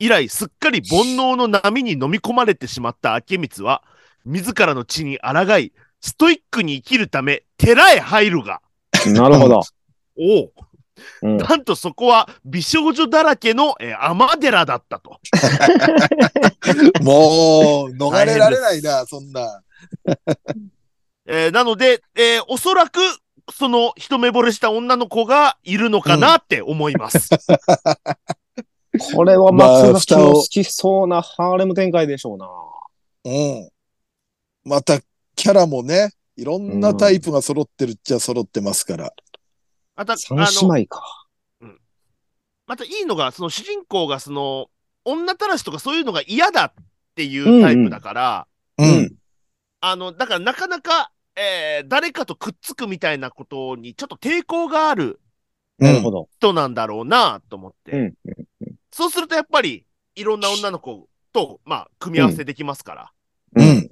以来、すっかり煩悩の波に飲み込まれてしまった明光は、自らの地に抗い、ストイックに生きるため、寺へ入るが、なるほど。おううんなんとそこは美少女だらけの、えー、天寺だったと。もう、逃れられないな、そんな。えーなので、えーおそらく、その一目惚れした女の子がいるのかなって思い ます。これはまあ松崎の好きそうなハーレム展開でしょうな。うん。また、キャラもね、いろんなタイプが揃ってるっちゃ揃ってますから。また、あ三の、姉妹か。またいいのが、その主人公がその、女たらしとかそういうのが嫌だっていうタイプだから、う。あの、だからなかなか、えー誰かとくっつくみたいなことにちょっと抵抗があるうなるほん。ど。人なんだろうなと思って。うんそうするとやっぱり、いろんな女の子と、まあ、組み合わせできますから、うん。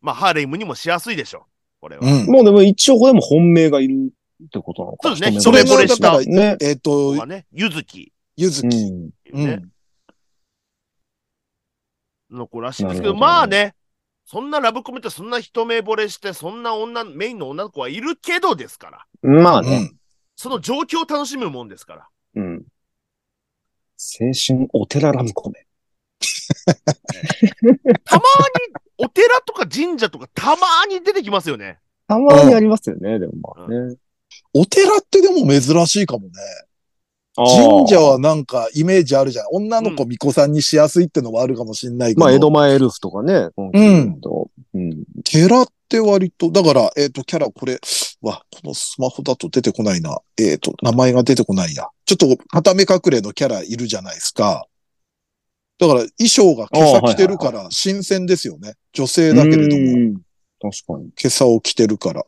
まあ、ハーレムにもしやすいでしょう。これは。うん。もうでも一応これも本命がいるってことなのか。そうですね一目惚それがだからね。えっことこ、はね、ゆずき、ゆずうき。ん。うね、ん。の子らしいんですけなるど、ほどねまあね、そんなラブコメってそんな一目惚れして、そんな女、メインの女の子はいるけどですから、まあうね。ん。その状況を楽しむもんですから。うん。青春お寺ラムコメ。たまに、お寺とか神社とかたまに出てきますよね。たまにありますよね、でもまあね。お寺ってでも珍しいかもね。あー神社はなんかイメージあるじゃん。女の子巫女さんにしやすいってのはあるかもしんないけど。まあ、江戸前エルフとかね。うんうんうん。寺って割と、だから、えっ、と、キャラこれ、わ、このスマホだと出てこないな。えっ、と、名前が出てこないや。ちょっと、片目隠れのキャラいるじゃないですか。だから、衣装が今朝着てるから、新鮮ですよね。女性だけれども、今も。確かに。朝を着てるから。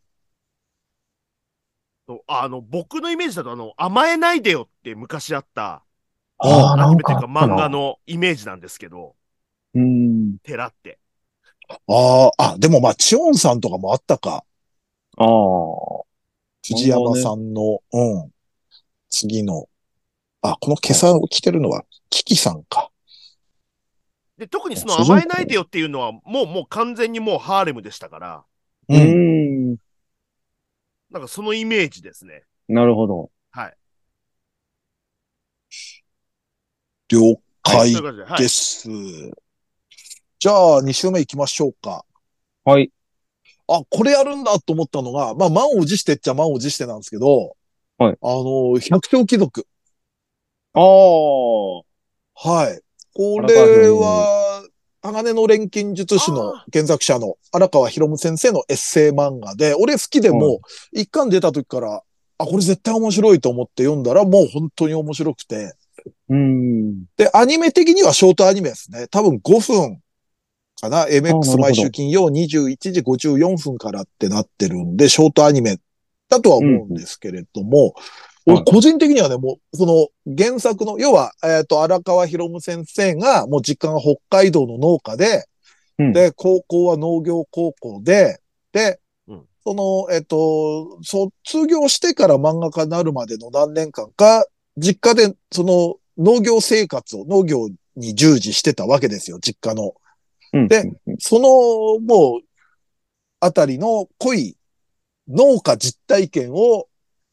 そうあの、僕のイメージだと、あの、甘えないでよって昔あった、ああ、アなニんメとかいうあかったな。漫画のイメージなんですけど、うん。寺って。ああ、あ、でもまあ、チオンさんとかもあったか。ああ。藤山さんの、うん。次の。あ、この今朝を着てるのは、キキさんか。で、特にそあの主人公甘えないでよっていうのは、もう、もう完全にもうハーレムでしたから、う。うんん。なんかそのイメージですね。なるほど。了解そういう感じで。はいで。す。じゃあ、2週目行きましょうか。はい。あ、これやるんだと思ったのが、まあ、満を持してっちゃ満を持してなんですけど、はいあの、百姓貴族。ああ。はい。これは、鋼の錬金術師のあ原作者の荒川博夢先生のエッセイ漫画で、俺好きではも、一巻出た時から、あ、これ絶対面白いと思って読んだら、もう本当に面白くて、うん。で、アニメ的にはショートアニメですね。多分5分かな。ほど MX 毎週金曜21時54分からってなってるんで、ショートアニメだとは思うんですけれども、うん俺個人的にはね、もう、その原作の、要は、えっ、と、荒川博夢先生が、もう実家が北海道の農家で、うんで、高校は農業高校で、で、うんその、えっ、と、卒業してから漫画家になるまでの何年間か、実家で、その、農業生活を、農業に従事してたわけですよ、実家の。うんで、その、もう、あたりの濃い農家実体験を、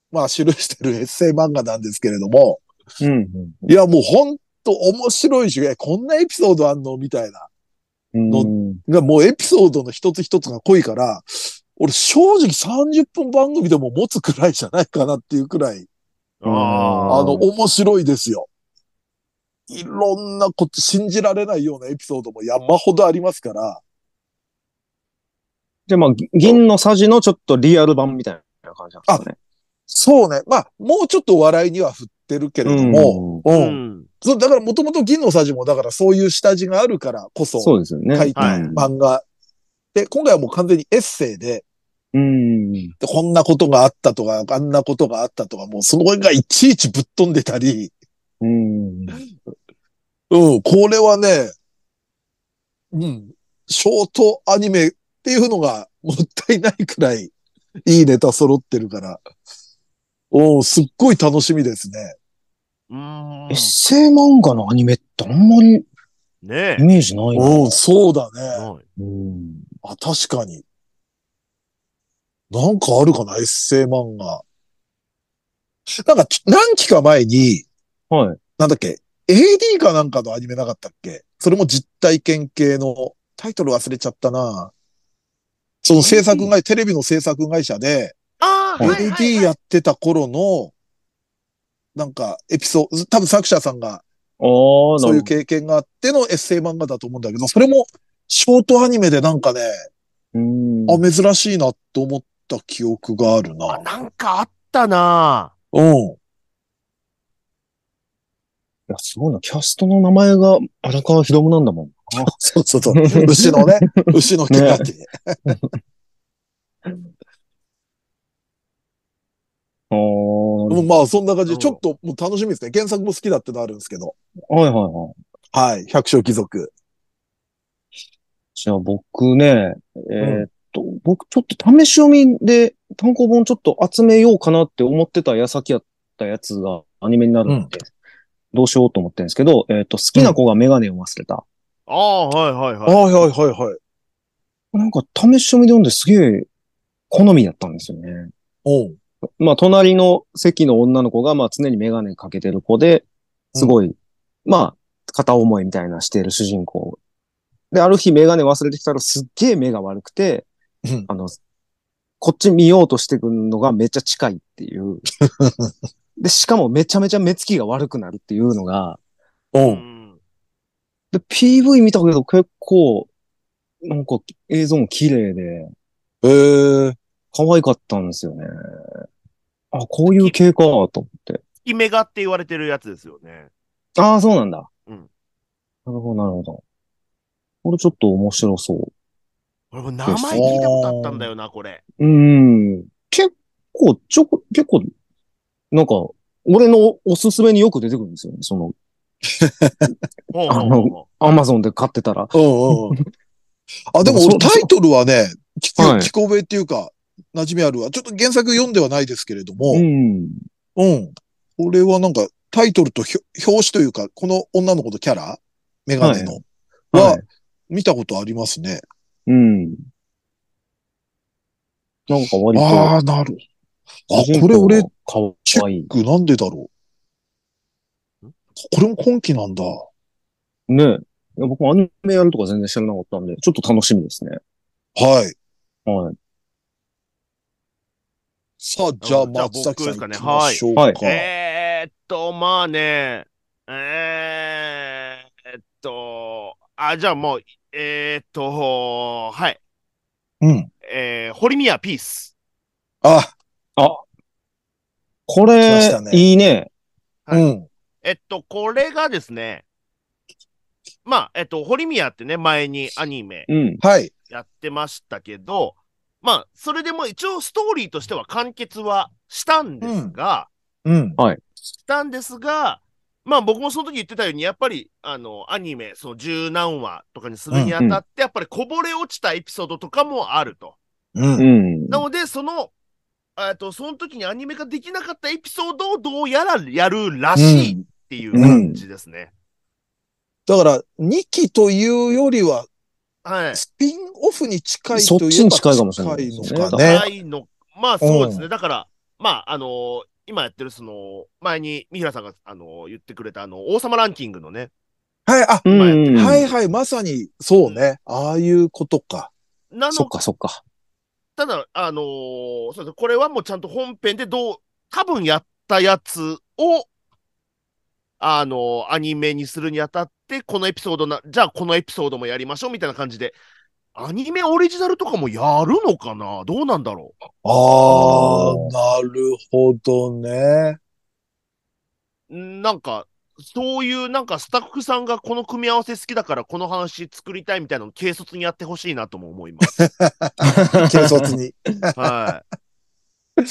まあ、記してるエッ セイ漫画なんですけれども、うんいや、もうほんと面白いし、えこんなエピソードあんのみたいな。うん。のうんがもうエピソードの一つ一つが濃いから、俺正直30分番組でも持つくらいじゃないかなっていうくらい、あああ。の、面白いですよ。いろんなこと、信じられないようなエピソードも山ほどありますから、じゃあまあ、銀のさじのちょっとリアル版みたいな感じなんですかね。そうね。まあ、もうちょっと笑いには振ってるけれども、うん。うん。そうだからもともと銀のさじも、だからそういう下地があるからこそ、そうですよね。書いたはい漫画。で、今回はもう完全にエッセイで、うん。こんなことがあったとか、あんなことがあったとか、もうその辺がいちいちぶっ飛んでたり、うん。うん、これはね、うん、ショートアニメっていうのがもったいないくらいいいネタ揃ってるから、おーすっごい楽しみですね。うエんッセイ漫画のアニメってあんまりイねえ。メージないな。うん、そうだね。はいうん。あ、確かに。なんかあるかな、エッセイ漫画。なんかちょ、何期か前に、はい。なんだっけ、AD かなんかのアニメなかったっけそれも実体験系の、タイトル忘れちゃったなその制作会、テレビの制作会社で、ああ、はいはいはい AD やってた頃の、なんか、エピソード、多分作者さんがああ、そういう経験があってのエッセイ漫画だと思うんだけど、それもショートアニメでなんかね、うん。あ、珍しいなと思った記憶があるな。あなんかあったなうん。いや、すごいな。キャストの名前が荒川博夢なんだもん。そうそうそう。牛のね、牛の毛だけ。ああ、まあ、そんな感じで、うんちょっともう楽しみですね。原作も好きだってのあるんですけど。 はいはいはい。はい。百姓貴族。じゃあ僕ね、えーっと、僕ちょっと試し読みで単行本ちょっと集めようかなって思ってた矢先やったやつがアニメになるんで、どうしようと思ってるんですけど、えーっと、好きな子がメガネを忘れた。ああー、はいはいはい。はいはいはいはい。なんか試し読みで読んですげえ好みだったんですよね。うん。まあ、隣の席の女の子が、まあ、常にメガネかけてる子で、すごい、まあ、片思いみたいなしている主人公。で、ある日メガネ忘れてきたらすっげえ目が悪くて、うんあの、こっち見ようとしてくるのがめっちゃ近いっ ていう。で、しかもめちゃめちゃ目つきが悪くなるっていうのが、う。うんんで、PV 見たけど結構、なんか映像も綺麗で、えー、可愛かったんですよね。あ、こういう系か、と思って。月メガって言われてるやつですよね。ああ、そうなんだ。うんなるほど、なるほど。これちょっと面白そう。俺も名前聞いたことあったんだよな、これ。うん。結構、ちょこ、結構、なんか、俺のおすすめによく出てくるんですよね。その、ほうほうほうほアマゾンで買ってたら。うんうんうん。あ、でも俺そうタイトルはね、聞く、はい聞こべっていうか、馴染みあるわ。ちょっと原作読んではないですけれども、うん。うん。これはなんか、タイトルとひょ表紙というか、この女の子とキャラメガネの、は、はい。見たことありますね。うん。なんか割と、ああ、なる。あ主人、これ公俺、がチェかわいいッ。クなんでだろう。これも今期なんだ。はねえ。いや僕もアニメやるとか全然知らなかったんで、ちょっと楽しみですね。い。はい。さあ、じゃあ、じゃあ松崎さん行僕ですきかねはまいしょうか。はいうんえーっと、まあね、えーっと、あ、じゃあもう、えーっと、はい、うん。えー、堀宮ピース。あ、こ来まれした、ねいいね。はいうん。えっと、これがですね、まあ、えっと、堀宮ってね、前にアニメうん。はい。やってましたけど、まあ、それでも一応ストーリーとしては完結はしたんですが、うん。したんですが、まあ僕もその時言ってたように、やっぱり、あの、アニメ、その十何話とかにするにあたって、やっぱりこぼれ落ちたエピソードとかもあると。う。うんん。なので、その、えっと、その時にアニメができなかったエピソードをどうやらやるらしいっていう感じですね。だから、2期というよりは、はい。スピンオフに近いそっとちいうに近いかもしれないですね近いのかなね。いの、まあそうですね。だから、まあ、あのー今やってる、その、前に三平さんが、あのー言ってくれた、あの、王様ランキングのね、はい、あ、うんうんうん。はいはい、まさに、そうね。ああいうことか。なそっのかそっか。ただ、あのーそうですこれはもうちゃんと本編でどう、多分やったやつを、あのーアニメにするにあたって、このエピソードな、じゃあこのエピソードもやりましょうみたいな感じで、アニメオリジナルとかもやるのかなどうなんだろあー、なるほどね。うなんか、そういうなんかスタッフさんがこの組み合わせ好きだからこの話作りたいみたいなのを軽率にやってほしいなとも思い ます。軽率 に。はなる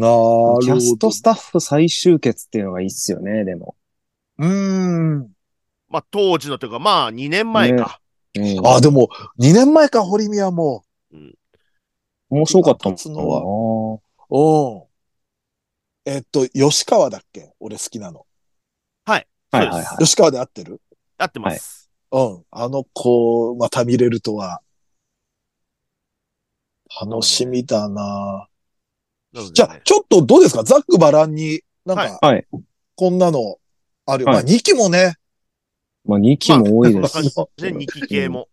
ほキど。ャストスタッフ再集結っていうのがいいっすよね、でも。うーん。い。まあ当時のというか、まあ2年前か。うんあ、でも、2年前か、堀宮も。面白かったもん立つのはうん。えっと、吉川だっけ俺好きなの。な。はははいいいはは吉川で合ってるやってます。うん。あの子、また見れるとは。楽しみだな、なのでじゃあ、ちょっとどうですかザックバランに、なんか、はいはいこんなのあるよ。はいまあ、2期もね、い。まあ2期も多いでね、す。そんな感じで、二期系も。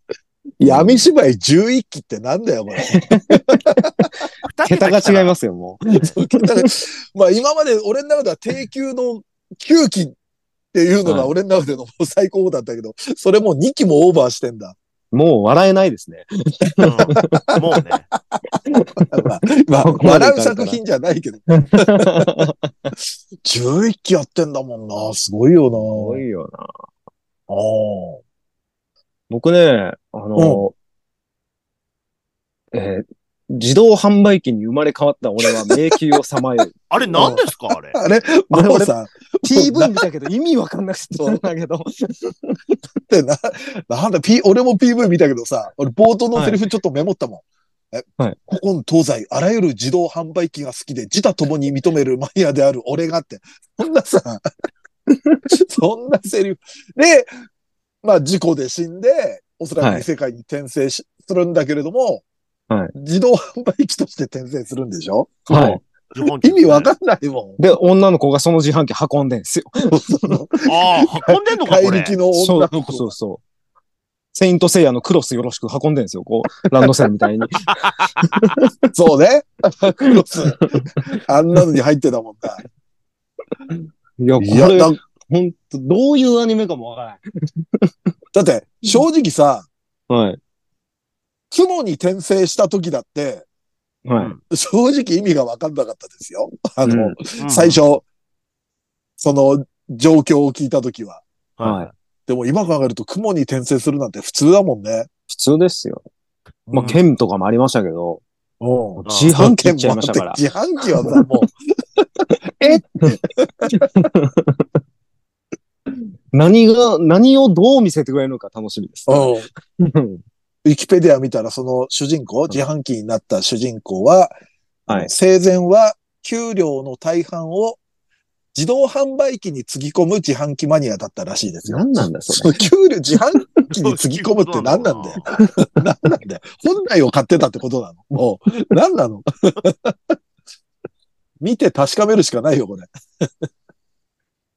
闇芝居11期ってなんだよ、これ。桁が違いす。ますよ、もう。そう桁がまあ、今まで俺の中では定休の9期っていうのはがい俺の中での最高峰だったけど、それも2期もオーバーしてんだ。もう笑えないですね。うんもうね。まあ、まあここまでい笑かれたらう作品じゃないけど。11期やってんだもんな。すごいよな。多いよな。ああ。僕ね、あの、えー自動販売機に生まれ変わった俺は迷宮をさまよ う。あれ何ですかあれ。あれ、あゴれロさんっ PV 見たけど意味わかんなくてなんだけど。てな、 なんだ、P、俺も PV 見たけどさ、俺冒頭のセリフちょっとメモったもん。え、はいここの東西、あらゆる自動販売機が好きで、自他共に認めるマニアである俺がって。そんなさ、 そんなセリフ。で、まあ事故で死んで、おそらはくい異世界に転生し、するんだけれども、はい自動販売機として転生するんでしょはい。意味わっかんないもん。で、女の子がその自販機運んでんすよ。ああ、運んでんのか怪これ。力のそう女の子そうそう。セイントセイヤのクロスよろしく運んでんすよ。こう、ランドセルみ たいに。そうね。クロス。あんなのに入ってたもんな。 いや、こいや、れ、だほんと、どういうアニメかもわかだって、正直さ、らない。はい。雲に転生した時だって、はい。正直意味がわかんなかったですよ。あの、うんうん最。初、その状況を聞いた時は。はいはい。でも今考えると雲に転生するなんて普通だもんね。普通ですよ。まあ、うん剣とかもありましたけど、うん。あ自販機行っちゃいま したから。自販機はさ、もう、何が、何をどう見せてくれるのか楽しみです。 うんうんウィキペディア見たら、その主人公、自販機になった主人公は、はい生前は給料の大半を自動販売機につぎ込む自販機マニアだったらしいですよ。何なんだ、そそれ。の給料自販機につぎ込むって何なんだよ。何なんだよ。本来を買ってたってことなのもう、何なの 見て確かめるしかないよ、これ。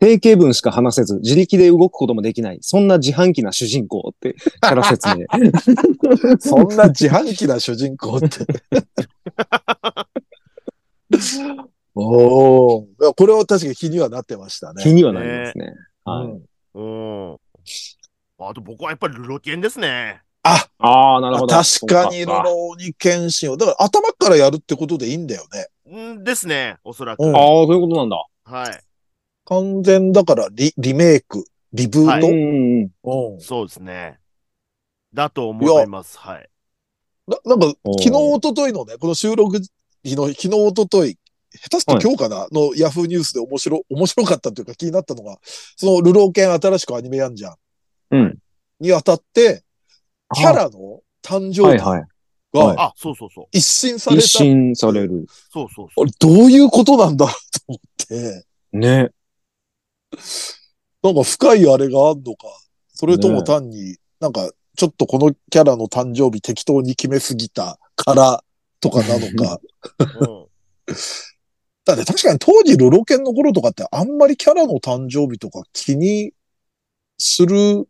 定型文しか話せず、自力で動くこともできない。そんな自販機な主人公って、キャラ説 明。そんな自販機な主人公って。おお、これは確かに気にはなってましたね。気にはなりますね。はいうんうん。あと僕はやっぱりルロケンですね。ああ、なるほど。確かに、ルそうかローに剣心を。だから頭からやるってことでいいんだよね。うんですね、おそらく。うんああ、そういうことなんだ。はい。完全だからリリメイク、リブーはいト。うんうんうん。うんそうですね。だと思います。はい。ななんか、おー昨日、一昨日のね、この収録日の昨日、一昨日下手すると今日かな、のヤフーニュースで面白、面白かったというか気になったのが、そのルロー剣新しくアニメやんじゃん。うん。にあたって、キャラの誕生はい日はい。はいがあ、そうそうそう。一新され一た。新される。そうそうそう。俺、どういうことなんだろうと思って、ね。なんか深いあれがあんのか、それとも単に、なんか、ちょっとこのキャラの誕生日適当に決めすぎたからとかなのか。うんだって確かに当時ルロケンの頃とかってあんまりキャラの誕生日とか気にするうん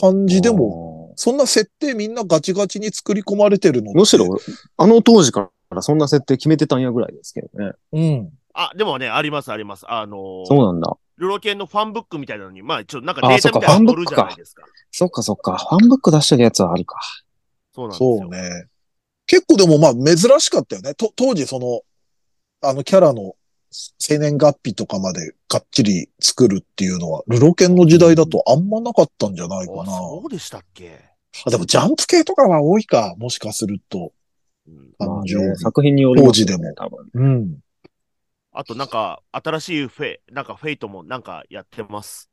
感じでも、も。そんな設定みんなガチガチに作り込まれてるのってむし、ろ、あの当時からそんな設定決めてたんやぐらいですけどね。うん。あ、でもね、あります、あります。あのーそうなんだ。ルロケンのファンブックみたいなのに、まあ、ちょっとなんかあデーそっかタみたいなの載るじゃないですか。そっかそっか。ファンブック出してるやつはあるか。そうなんですよ。そうね。結構でもまあ珍しかったよね。と、当時その、あのキャラの生年月日とかまでがっちり作るっていうのは、ルロケンの時代だとあんまなかったんじゃないかな。あそうでしたっけ、あ、でもジャンプ系とかは多いか、もしかすると。うんまあ感ね情。作品によりますよね当時でも多分。うん。あとなんか、新しいフェイ、なんかフェイトもなんかやってます。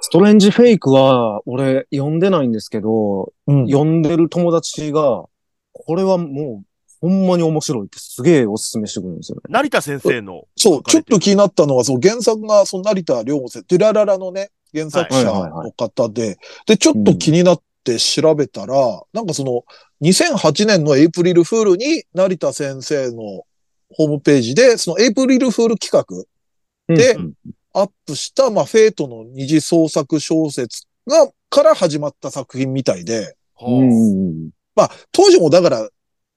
ストレンジフェイクは、俺、読んでないんですけど、うん。読んでる友達が、これはもう、ほんまに面白いってすげえおすすめしてくるんですよね。成田先生の。そう、書かちょれってると気になったのは、そう、原作が、その成田良先生、デュラララのね、原作者はいはいはいはの方で、で、ちょっと気になって調べたら、なんかその、2008年のエイプリルフールに、成田先生のホームページで、そのエイプリルフール企画、でうんアップした、まあ、フェイトの二次創作小説が、から始まった作品みたいで、うんうんまあ、当時もだから、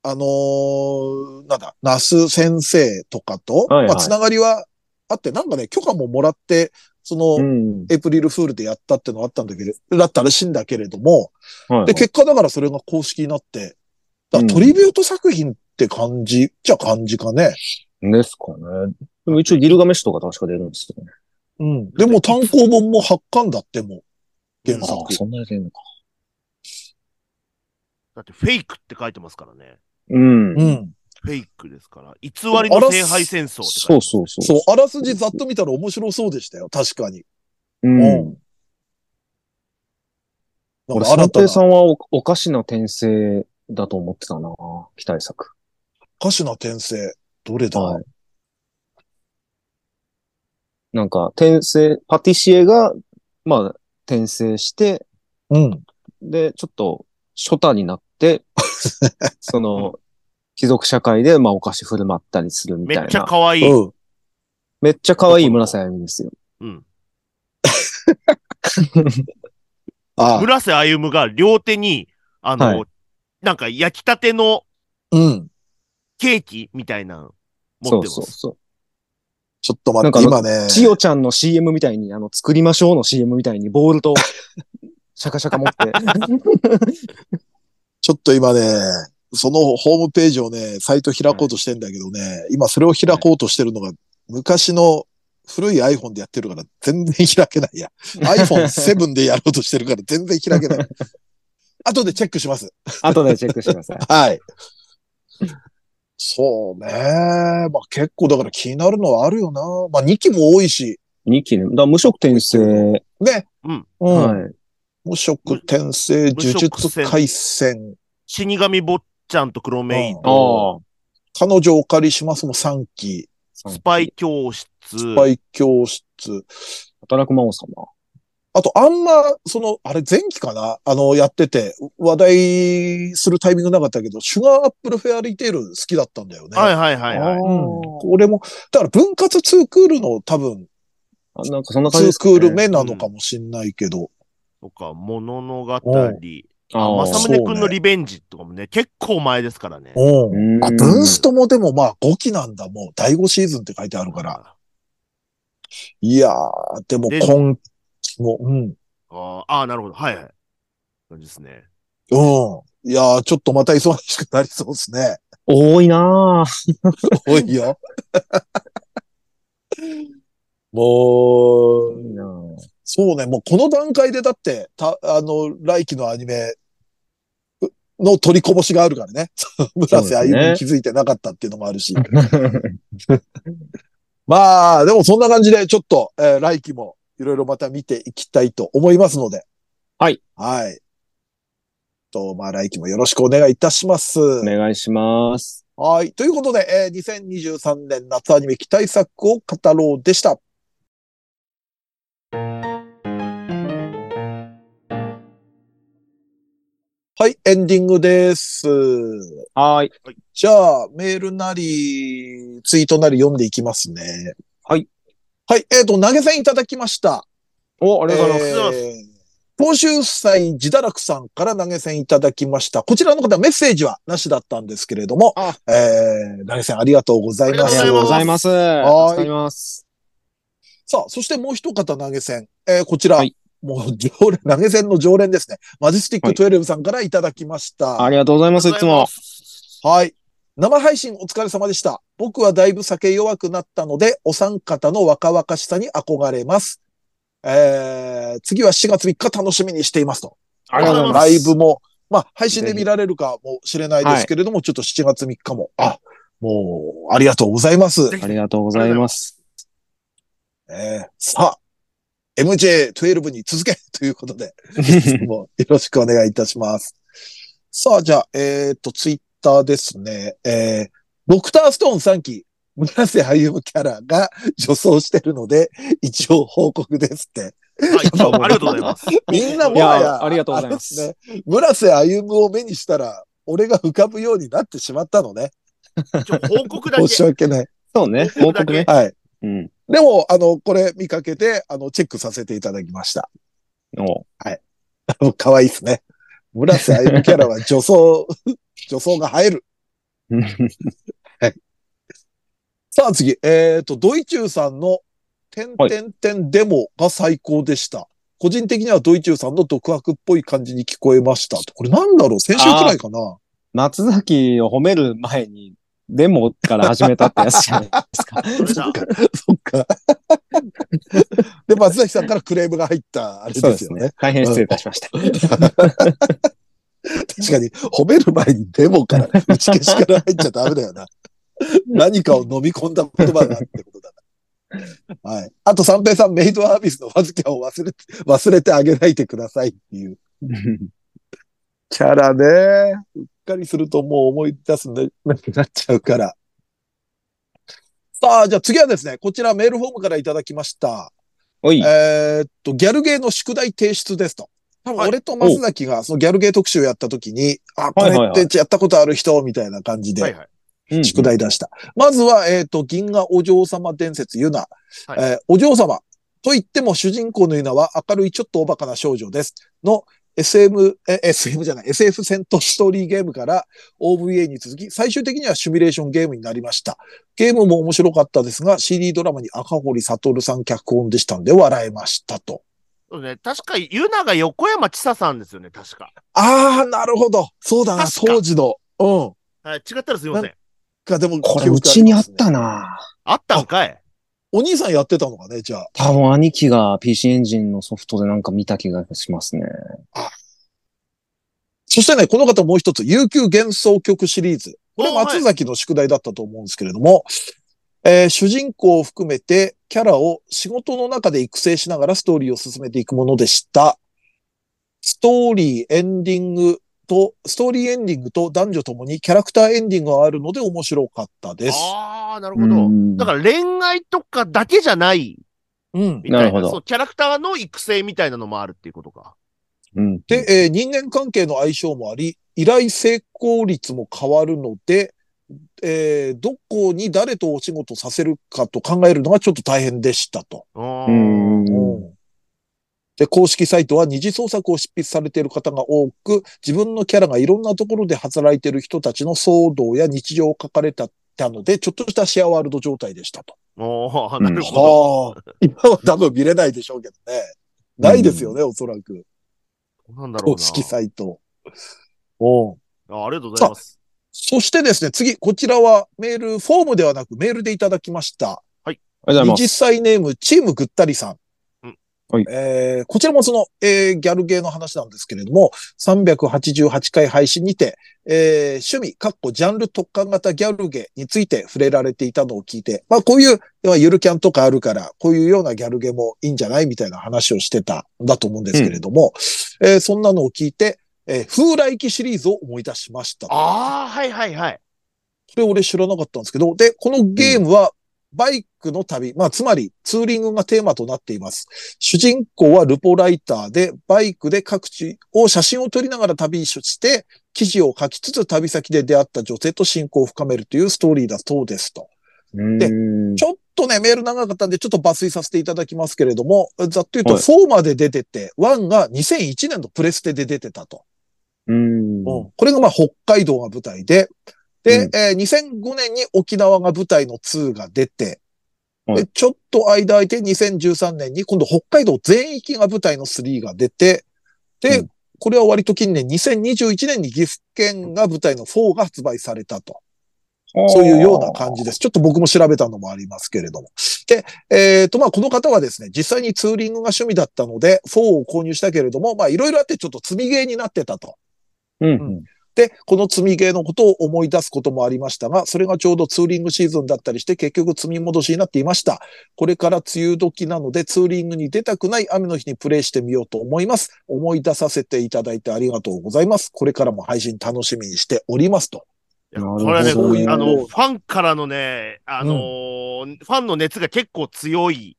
あのーなんだ、那須先生とかと、はいはいまあ、つながりはあって、なんかね、許可ももらって、その、うん。エイプリルフールでやったってのがあったんだけど、だったらしいんだけれども、はいで、結果だからそれが公式になって、だからトリビュート作品って感じ、じゃ感じかね。ですかね。でも一応ギルガメッシュとか確か出るんですよね。うん。でも単行本も発刊だってもう、原作。んなに出るのか。だってフェイクって書いてますからね。うん。うん。フェイクですから。偽りの聖杯戦争って書そいうてそうそう。そう、あらすじざっと見たら面白そうでしたよ、確かに。うん。うんなん俺、か三新た平なさんはおおかしな転生だと思ってたな期待作。歌手の転生、どれだ、はい。なんか、転生、パティシエが、まあ、転生して、うん。で、ちょっと、初太にな って、その、貴族社会で、まあ、お菓子振る舞ったりするみめたいな。っちゃ可愛い。うん。めっちゃ可愛い村瀬あゆみですよ。うん。あ村瀬歩夢が両手に、あの、はいなんか焼きたてのうん。ケーキみたいなの持そっうてます。そうそう。ちょっと待って、なんか今ね。千代ちゃんの CM みたいに、あの、作りましょうの CM みたいに、ボー ルと、シャカシャカ持って。ちょっと今ね、そのホームページをね、サイト開こうとしてんだけどね、今それを開こうとしてるのが、昔の古い iPhone でやってるから全然開けない や。iPhone7 でやろうとしてるから全然開け ない。後でチェックします。 後でチェックしてください。はい。そうね。まあ結構だから気になるのはあるよな。まあ2期も多いし、 2期ね。だから無職転生。ね。うん。うん。はい。無職転生、無呪職術回戦、死神坊ちゃんと黒メイうんと、彼女お借りしますも3期。あスパイ教室、スパイ教室。働く魔王様。あと、あんま、その、あれ、前期かなあの、やってて、話題するタイミングなかったけど、シュガーアップルフェアリーテール好きだったんだよね。はいはいはいはい。うん俺も、だから分割ツークールの多分、あなんかそんなツ感じでーすクねール目なのかもしんないけど。とか、物の語おう、あまあさむねくんのリベンジとかもね、結構前ですからね。うんうんあ、分子ともでもまあ5期なんだ、もう。第5シーズンって書いてあるから。いやー、でもで今期も、うん。あーあー、なるほど。はいはい。感じですね。うん。いやー、ちょっとまた忙しくなりそうですね。多いなぁ。多いよ。 もう、そうね、もうこの段階でだって、た、あの、来期のアニメうの取りこぼしがあるからね。 村瀬あゆみに気づいてなかったっていうのもあるし。まあ、でもそんな感じで、ちょっと、えー来期もいろいろまた見ていきたいと思いますので。はい。はい。と、まあ来期もよろしくお願いいたします。 お願いします。はい。ということで、えー2023年夏アニメ期待作を語ろうでした。はい、エンディングです。はい。じゃあ、メールなり、ツイートなり読んでいきますね。はい。はい、えっ、と、投げ銭いただきました。お、ありがとうございます。ざいますえー今週祭、自堕落さんから投げ銭いただきました。こちらの方、メッセージはなしだったんですけれども、あえー、投げ銭ありがとうございあまありすが。とうございます。はい助かります。さあ、そしてもう一方投げ銭。えーこちら、はいもう常連、投 げ銭の常連ですね。マジスティック12さんからいただきました。ありがとうございます、いつも。はい。生配信お疲れ様でした。僕はだいぶ酒弱くなったので、お三方の若々しさに憧れます。えー、次は4月3日楽しみにしていますと。ありがとうございまラすイブも、まあ、配信で見られるかもしれないですけれども、ちょっと7月3日も、あ、もう、ありがとうございます。ありがとうございます。えーさあ、MJ12 に続けということ で、もうよろしくお願いいたします。さあ、じゃあ、えっ、と、ツイッターですね。えー、ドクターストーン3期、村瀬歩むキャラが女装してるので、一応報告ですって。はいありがとうございます。 みんなもいはや、やありがとうございますあれですね、村瀬歩むを目にしたら、俺が浮かぶようになってしまったのね。一応報告だけ申。し訳ない。そうね、報告ね。はい。うん。でも、あの、これ見かけて、あの、チェックさせていただきました。 お可愛いですね。村瀬歩夢キャラは女装、 女装が映える。さあ次、えっ、と、ドイチューさんの、てんてんてんデモが最高でした。個人的にはドイチューさんの独白っぽい感じに聞こえました。これなんだろう先週くらいかな 松崎を褒める前に、デモから始めたってやつじゃないですか。それだ。 そっか。で、松崎さんからクレームが入った、あれですよね。。大変失礼いたしました。確かに、褒める前にデモから、打ち消しから入っちゃダメだよな。何かを飲み込んだ言葉があるってことだな。はい。あと、三平さん、メイドアービスのわずきを忘れて、忘れてあげないでくださいっていう。キャラね。うっかりするともう思い出すね、なくなっちゃうから。さあ、じゃあ次はですね、こちらメールフォームからいただきました。おい。えーっと、ギャルゲーの宿題提出ですと。多分はい俺と松崎がそのギャルゲー特集をやった時に、あ、これはいはいはってやったことある人みたいな感じはいではうい。ん宿題出した。まずは、えーっと、銀河お嬢様伝説ユナ。はいえーお嬢様と言っても主人公のユナは明るいちょっとおバカな少女です。の SM、え、SM じゃない、SF 戦闘ストーリーゲームから OVA に続き、最終的にはシミュレーションゲームになりました。ゲームも面白かったですが、CD ドラマに赤堀悟さん脚本でしたんで笑えましたと。そうね、確か、ユナが横山千沙さんですよね、確か。ああ、なるほど。そうだな、確か当時の。うん。はい、違ったらすいません。か、でも、これ、記憶うちにあっりますねたなあったんかいお兄さんやってたのかね、じゃあ。多分兄貴が PC エンジンのソフトでなんか見た気がしますね。そしてね、この方もう一つ、悠久幻想曲シリーズ。これおーはい松崎の宿題だったと思うんですけれども、えー主人公を含めてキャラを仕事の中で育成しながらストーリーを進めていくものでした。ストーリー、エンディングと、ストーリーエンディングと男女ともにキャラクターエンディングがあるので面白かったです。ああ、なるうほど。んだから恋愛とかだけじゃないうん。みたいななるほどそう、キャラクターの育成みたいなのもあるっていうことか。うん。で、えー人間関係の相性もあり、依頼成功率も変わるので、えーどこに誰とお仕事させるかと考えるのがちょっと大変でしたと。あーうん。うんで、公式サイトは二次創作を執筆されている方が多く、自分のキャラがいろんなところで働いている人たちの騒動や日常を書かれたので、ちょっとしたシェアワールド状態でしたと。おーなるほど。はあ、今は多分見れないでしょうけどね。ないですよね、おそらく。なんだろ公うな。式サイト。おあありがとうございます。そしてですね、次、こちらはメール、フォームではなくメールでいただきました。ありがとうござい20歳ネーム、チームぐったりさん。うんはいえーこちらもその、えーギャルゲーの話なんですけれども、388回配信にて、えー趣味、かっこジャンル特化型ギャルゲーについて触れられていたのを聞いて、まあこういう、要はゆるキャンとかあるから、こういうようなギャルゲーもいいんじゃないみたいな話をしてたんだと思うんですけれども、えーそんなのを聞いて、えー風来記シリーズを思い出しましたと。ああ、はいはいはい。それ俺知らなかったんですけど、で、このゲームはバイクの旅、まあつまりツーリングがテーマとなっています。主人公はルポライターで、バイクで各地を写真を撮りながら旅して、記事を書きつつ旅先で出会った女性と親交を深めるというストーリーだそうですと。ます。でうんちょっとね、メール長かったんで、ちょっと抜粋させていただきますけれども、ざっと言うとはい4まで出てて、1が2001年のプレステで出てたと。うん。これがまあ北海道が舞台で、で、うんえー2005年に沖縄が舞台の2が出て、はで、ちょっと間空いて2013年に今度北海道全域が舞台の3が出て、で、うこれは割と近年2021年に岐阜県が舞台の4が発売されたと。そういうような感じです。ちょっと僕も調べたのもありますけれども。で、えっ、と、まあ、この方はですね、実際にツーリングが趣味だったので、4を購入したけれども、まあ、いろいろあってちょっと積みゲーになってたと。うんで、この積みゲーのことを思い出すこともありましたが、それがちょうどツーリングシーズンだったりして、結局積み戻しになっていました。これから梅雨時なので、ツーリングに出たくない雨の日にプレイしてみようと思います。思い出させていただいてありがとうございます。これからも配信楽しみにしておりますと。いやなるほどこれはね、そういうあの、ファンからのね、あのーファンの熱が結構強い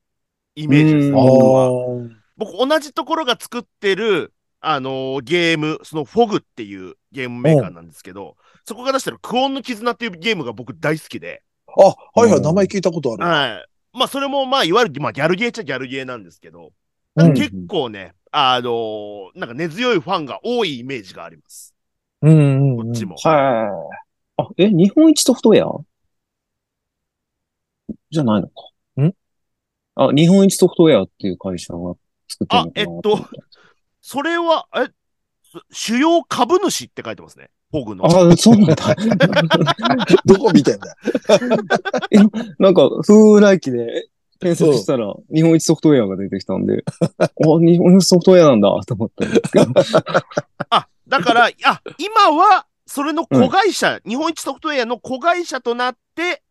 イメージですうね。んあ僕は僕、同じところが作ってる、あのーゲーム、そのフォグっていうゲームメーカーなんですけど、そこが出してるクオンの絆っていうゲームが僕大好きで、あ、はいはうい、ん名前聞いたことある。はい。まあ、それも、まあ、いわゆる、まあ、ギャルゲーっちゃギャルゲーなんですけど、なんか結構ね、あのーなんか根強いファンが多いイメージがあります。うんうんこっちも。はい。あ、え、日本一ソフトウェアじゃないのか。んあ、日本一ソフトウェアっていう会社が作ってるあの、かなえっと、それは、え、主要株主って書いてますね。フォグの。あ、そうなんだ。 どこ見てんだよ。なんか、風来機で検索したら、日本一ソフトウェアが出てきたんで、あ、日本一ソフトウェアなんだと思ったんですけど。あ、だから、あ、今は、それの子会社、日本一ソフトウェアの子会社となって、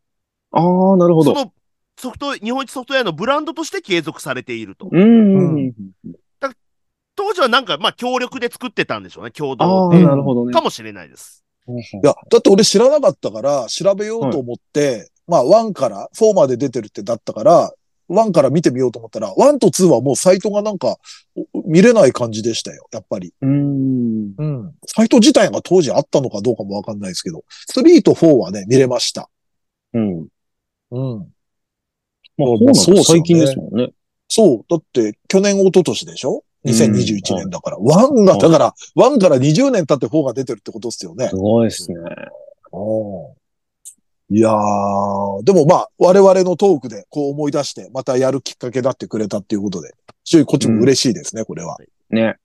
ああ、なるほそど。のソフト、日本一ソフトウェアのブランドとして継続されていると。うんうんうん。当時はなんか、まあ、協力で作ってたんでしょうね、共あ同あ、で。なるほどねか。もしれないです。いや、だって俺知らなかったから、調べようと思って、まあ1から4まで出てるってだったから、1から見てみようと思ったら、1と2はもうサイトがなんかお見れない感じでしたよ、やっぱり。うん。うん。サイト自体が当時あったのかどうかもわかんないですけど、3と4はね、見れました。うん。うん。そうまあなんですよね最近ですもんね。そう。だって、去年、一昨年でしょうん ?2021 年だから。1が、だから、1から20年経って4が出てるってことですよねす。ごいですね。おいやー、でもまあ、我々のトークでこう思い出して、またやるきっかけだってくれたっていうことで、非常にこっちも嬉しいですね、これは。ね。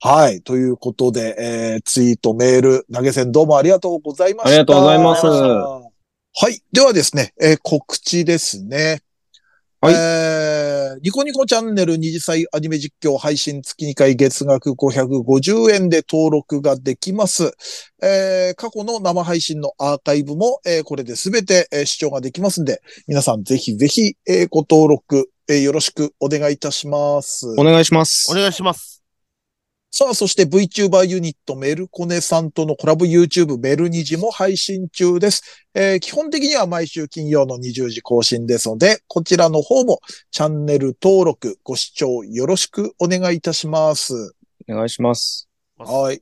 はい。ということで、えー、ツイート、メール、投げ銭どうもありがとうございました。ありがとうございますはい。ではですね、えー告知ですね。はいえーニコニコチャンネル二次祭アニメ実況配信月2回月額550円で登録ができます。えー過去の生配信のアーカイブも、えーこれで全て、えー視聴ができますんで、皆さんぜひぜひ、えーご登録、えーよろしくお願いいたします。お願いします。お願いします。さあ、そして VTuber ユニットメルコネさんとのコラボ YouTube メルニジも配信中です。えー基本的には毎週金曜の20時更新ですので、こちらの方もチャンネル登録、ご視聴よろしくお願いいたします。お願いします。はい。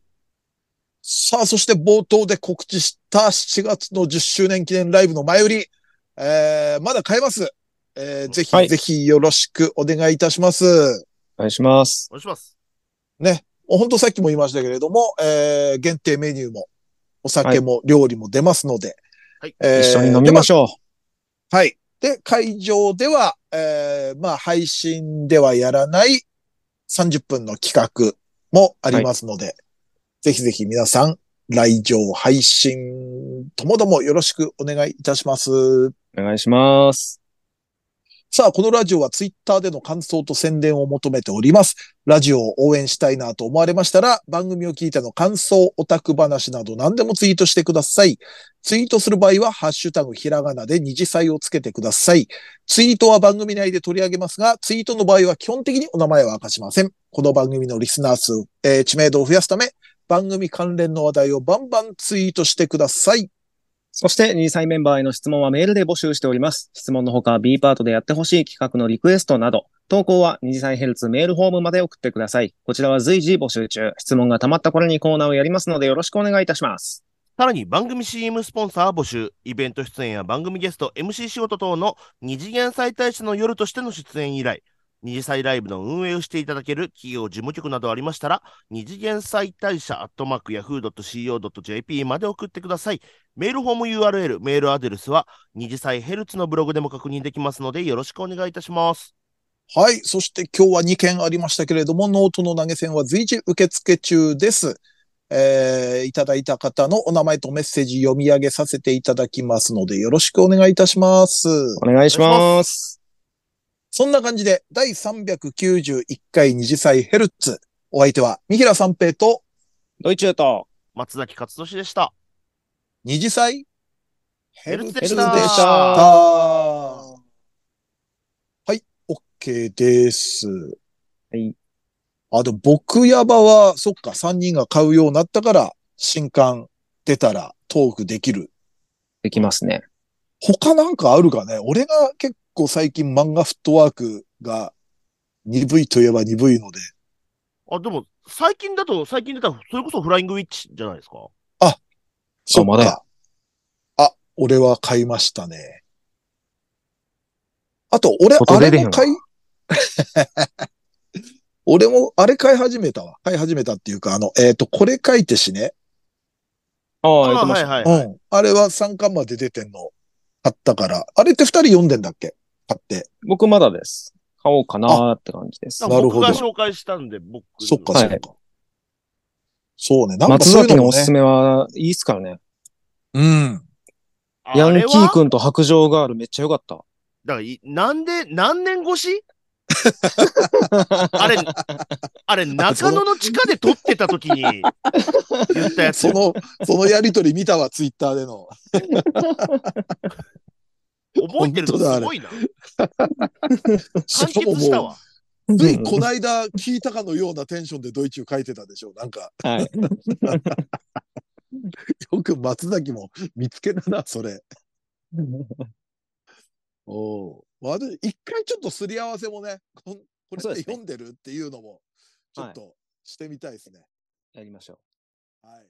さあ、そして冒頭で告知した7月の10周年記念ライブの前売り、えーまだ買えます。えーぜはひいぜひよろしくお願いいたします。お願いします。お願いします。本当さっきも言いましたけれども、えー限定メニューも、お酒も料理も出ますので、はいえー一緒に飲みましょでまはい。で、会場では、えーまあ、配信ではやらない30分の企画もありますので、ぜひぜひ皆さん、来場配信ともどもよろしくお願いいたします。う。お願いします。さあ、このラジオはツイッターでの感想と宣伝を求めております。ラジオを応援したいなと思われましたら、番組を聞いての感想、オタク話など何でもツイートしてください。ツイートする場合は、ハッシュタグひらがなで二次祭をつけてください。ツイートは番組内で取り上げますが、ツイートの場合は基本的にお名前は明かしません。この番組のリスナー数、えー知名度を増やすため、番組関連の話題をバンバンツイートしてください。そして、2歳メンバーへの質問はメールで募集しております。質問のほか、B パートでやってほしい企画のリクエストなど、投稿は2次歳ヘルツメールフォームまで送ってください。こちらは随時募集中。質問が溜まった頃にコーナーをやりますので、よろしくお願いいたします。さらに番組 CM スポンサー募集、イベント出演や番組ゲスト、MC 仕事等の二次元再大使の夜としての出演以来、二次祭ライブの運営をしていただける企業事務局などありましたら、二次元祭大社アットマーク yahoo.co.jp まで送ってください。メールフォーム URL、メールアドレスは二次祭ヘルツのブログでも確認できますので、よろしくお願いいたします。はい。そして今日は2件ありましたけれども、ノートの投げ銭は随時受付中です。えー、いただいた方のお名前とメッセージ読み上げさせていただきますので、よろしくお願いいたします。お願いします。そんな感じで、第391回二次祭ヘルツ。お相手は、三平三平とドイツューと。松崎勝利でした。二次祭ヘルツヘルでツしでたした。はい、OK です。はい。あと、僕やばは、そっか、3人が買うようになったから、新刊出たらトークできる。できますね。他なんかあるかね俺が結構最近漫画フットワークが鈍いといえば鈍いので。あ、でも、最近だと、最近出た、それこそフライングウィッチじゃないですか。そっまだやか。あ、俺は買いましたね。あと、俺、外あ出れれへんもわ買い、 俺も、あれ買い始めたわ。買い始めたっていうか、あの、えっ、と、これ書いてしね。あああ、やってまはしいた。はい。うん。あれは3巻まで出てんの。買ったから。あれって2人読んでんだっけ買って。僕まだです。買おうかなーって感じですだ。なかるらほど僕が紹介したんで、僕。そっか、はそいっか。そうね。なんか松そういう崎ののもおすねす。めはいいっすからね。うん。あれヤはンキー君と白状ガールめっちゃ良かった。だからい、なんで、何年 越しあれ、あれ、中野の地下で撮ってた時に言ったやつそ。の、そのやりとり見たわ、ツイッターでの。覚えてるの 本当だあすれごいな。完結したわ。ついこないだ聞いたかのようなテンションでドイツを書いてたでしょ。なんか、 はい。よく松崎も見つけたな、それ。おうまあ、で一回ちょっとすり合わせもね、こんこそうれってですね読んでるっていうのも、ちょっとしてみたいですね。やりましょう。はい